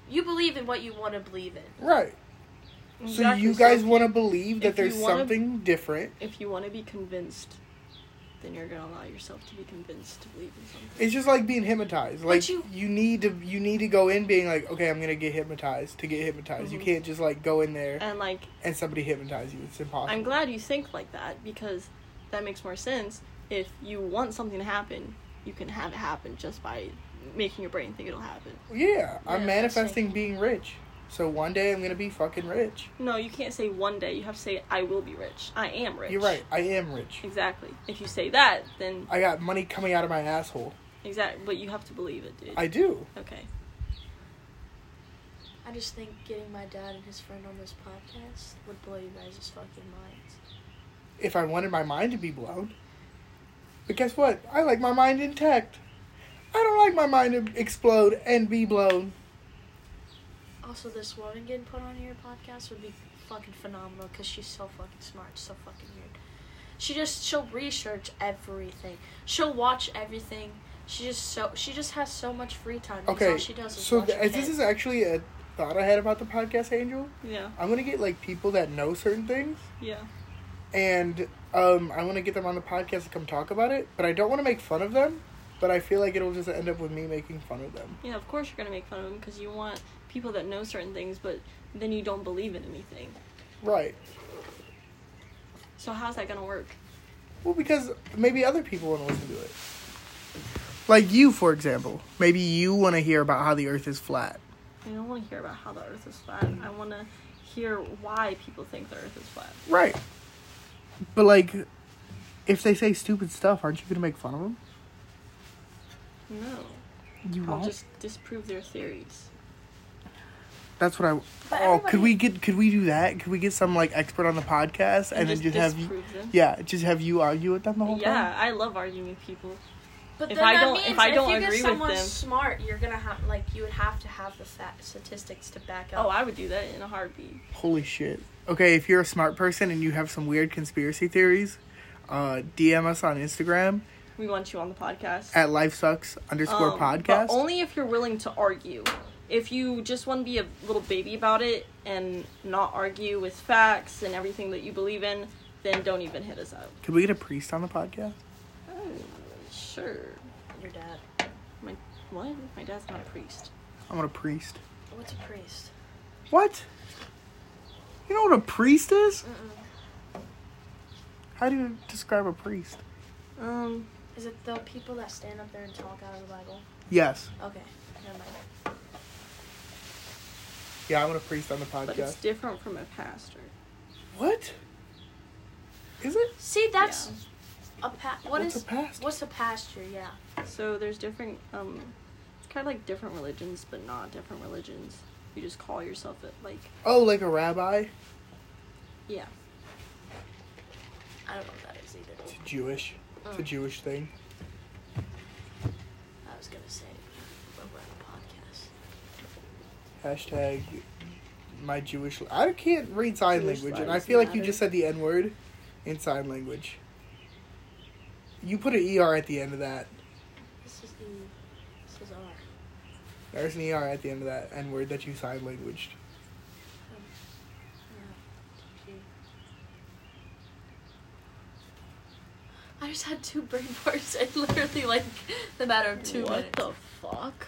Speaker 3: You believe in what you want to believe in.
Speaker 2: Right.
Speaker 1: Exactly,
Speaker 2: So you
Speaker 1: so
Speaker 2: guys
Speaker 1: if
Speaker 2: want to believe that
Speaker 1: if you
Speaker 2: there's
Speaker 1: wanna-
Speaker 2: something different.
Speaker 1: If you want to be convinced, then you're gonna allow yourself to be convinced to believe in something.
Speaker 2: It's just like being hypnotized. Like you,
Speaker 3: you-
Speaker 2: need to you need to go in being like, okay, I'm gonna get hypnotized to get hypnotized. You
Speaker 1: Mhm.
Speaker 2: can't just like go in there
Speaker 1: And like,
Speaker 2: and somebody hypnotize you. It's impossible.
Speaker 1: Uh, I'm glad you think like that because that makes more sense. If you want something to happen, you can have it happen just by making your brain think it'll happen.
Speaker 2: yeah, I'm
Speaker 3: Yeah,
Speaker 2: manifesting being rich. So one day I'm gonna be fucking rich.
Speaker 1: No, you can't say one day. You have to say, "I will be rich. I am rich."
Speaker 2: You're right. I am rich.
Speaker 1: Exactly. If you say that, then
Speaker 2: I got money coming out of my asshole.
Speaker 1: exactly. But you have to believe it, dude.
Speaker 2: I do.
Speaker 1: okay.
Speaker 3: I just think getting my dad and his friend on this podcast would blow you guys' fucking minds.
Speaker 2: If I wanted my mind to be blown. But guess what? I like my mind intact. I don't like my mind to explode and be blown.
Speaker 3: Also, this woman getting put on your podcast would be fucking phenomenal because she's so fucking smart, so fucking weird. She just she'll research everything. She'll watch everything. She just so she just has so much free time. That's
Speaker 2: Okay.
Speaker 3: all she does is
Speaker 2: So
Speaker 3: watch
Speaker 2: th-
Speaker 3: her
Speaker 2: this
Speaker 3: kid.
Speaker 2: is actually a thought I had about the podcast, Angel.
Speaker 1: Yeah.
Speaker 2: I'm gonna get like people that know certain things,
Speaker 1: Yeah.
Speaker 2: and um, I want to get them on the podcast to come talk about it. But I don't want to make fun of them. But I feel like it'll just end up with me making fun of them.
Speaker 1: Yeah, of course you're gonna make fun of them because you want people that know certain things, but then you don't believe in anything.
Speaker 2: Right.
Speaker 1: So how's that gonna work?
Speaker 2: Well, because maybe other people want to listen to it. Like you, for example. Maybe you want to hear about how the Earth is flat.
Speaker 1: I don't want to hear about how the Earth is flat. I want to hear why people think the Earth is flat.
Speaker 2: Right. But like, if they say stupid stuff, aren't you gonna make fun of them?
Speaker 1: No,
Speaker 2: You
Speaker 1: I'll
Speaker 2: won't.
Speaker 1: just disprove their theories.
Speaker 2: That's what I.
Speaker 3: But
Speaker 2: oh, could
Speaker 3: everybody-
Speaker 2: we get? Could we do that? Could we get some like expert on the podcast and, then just have you?
Speaker 1: disprove them.
Speaker 2: Yeah, just have you argue with them the whole
Speaker 1: Yeah,
Speaker 2: time.
Speaker 1: I love arguing with people.
Speaker 3: But
Speaker 1: If
Speaker 3: then
Speaker 1: I
Speaker 3: that
Speaker 1: don't-
Speaker 3: means
Speaker 1: if I don't
Speaker 3: you get
Speaker 1: agree with
Speaker 3: someone
Speaker 1: them-
Speaker 3: smart, you're gonna have like you would have to have the fat statistics to back up.
Speaker 1: Oh, I would do that in a heartbeat.
Speaker 2: Holy shit. Okay, if you're a smart person and you have some weird conspiracy theories, uh, DM us on Instagram
Speaker 1: We want you on the podcast.
Speaker 2: at lifesucks underscore
Speaker 1: Um,
Speaker 2: podcast.
Speaker 1: But only if you're willing to argue. If you just want to be a little baby about it and not argue with facts and everything that you believe in, then don't even hit us up.
Speaker 2: could we get a priest on the podcast?
Speaker 1: Oh, sure.
Speaker 3: your dad.
Speaker 1: My what? My dad's not a priest.
Speaker 2: I want a priest.
Speaker 3: What's a priest?
Speaker 2: What? You know what a priest is?
Speaker 3: Mm-mm.
Speaker 2: How do you describe a priest?
Speaker 1: Um,
Speaker 3: Is it the people that stand up there and talk out of the Bible?
Speaker 2: Yes.
Speaker 3: Okay, never mind.
Speaker 2: Yeah, I want a priest on the
Speaker 1: But
Speaker 2: podcast.
Speaker 1: it's different from a pastor.
Speaker 2: What? Is it?
Speaker 3: See, that's a pa- what
Speaker 2: What's
Speaker 3: is
Speaker 2: a pastor?
Speaker 3: what's a pasture? Yeah.
Speaker 1: So there's different, um, it's kind of like different religions, but not different religions. You just call yourself it, like,
Speaker 2: Oh, like a rabbi?
Speaker 1: yeah.
Speaker 3: I don't know what that is either.
Speaker 2: It's Jewish. It's a
Speaker 3: Mm.
Speaker 2: Jewish thing.
Speaker 3: I was gonna say, but we're on a podcast.
Speaker 2: Hashtag my Jewish. I can't read sign
Speaker 1: Jewish
Speaker 2: language, and I
Speaker 1: lives
Speaker 2: feel like you
Speaker 1: matter.
Speaker 2: just said the N word in sign language. You put an ER at the end of that.
Speaker 3: This is E. This is R.
Speaker 2: There's an ER at the end of that N word that you sign language.
Speaker 3: I just had two brain farts in literally like the matter of two
Speaker 1: what
Speaker 3: minutes.
Speaker 1: the fuck?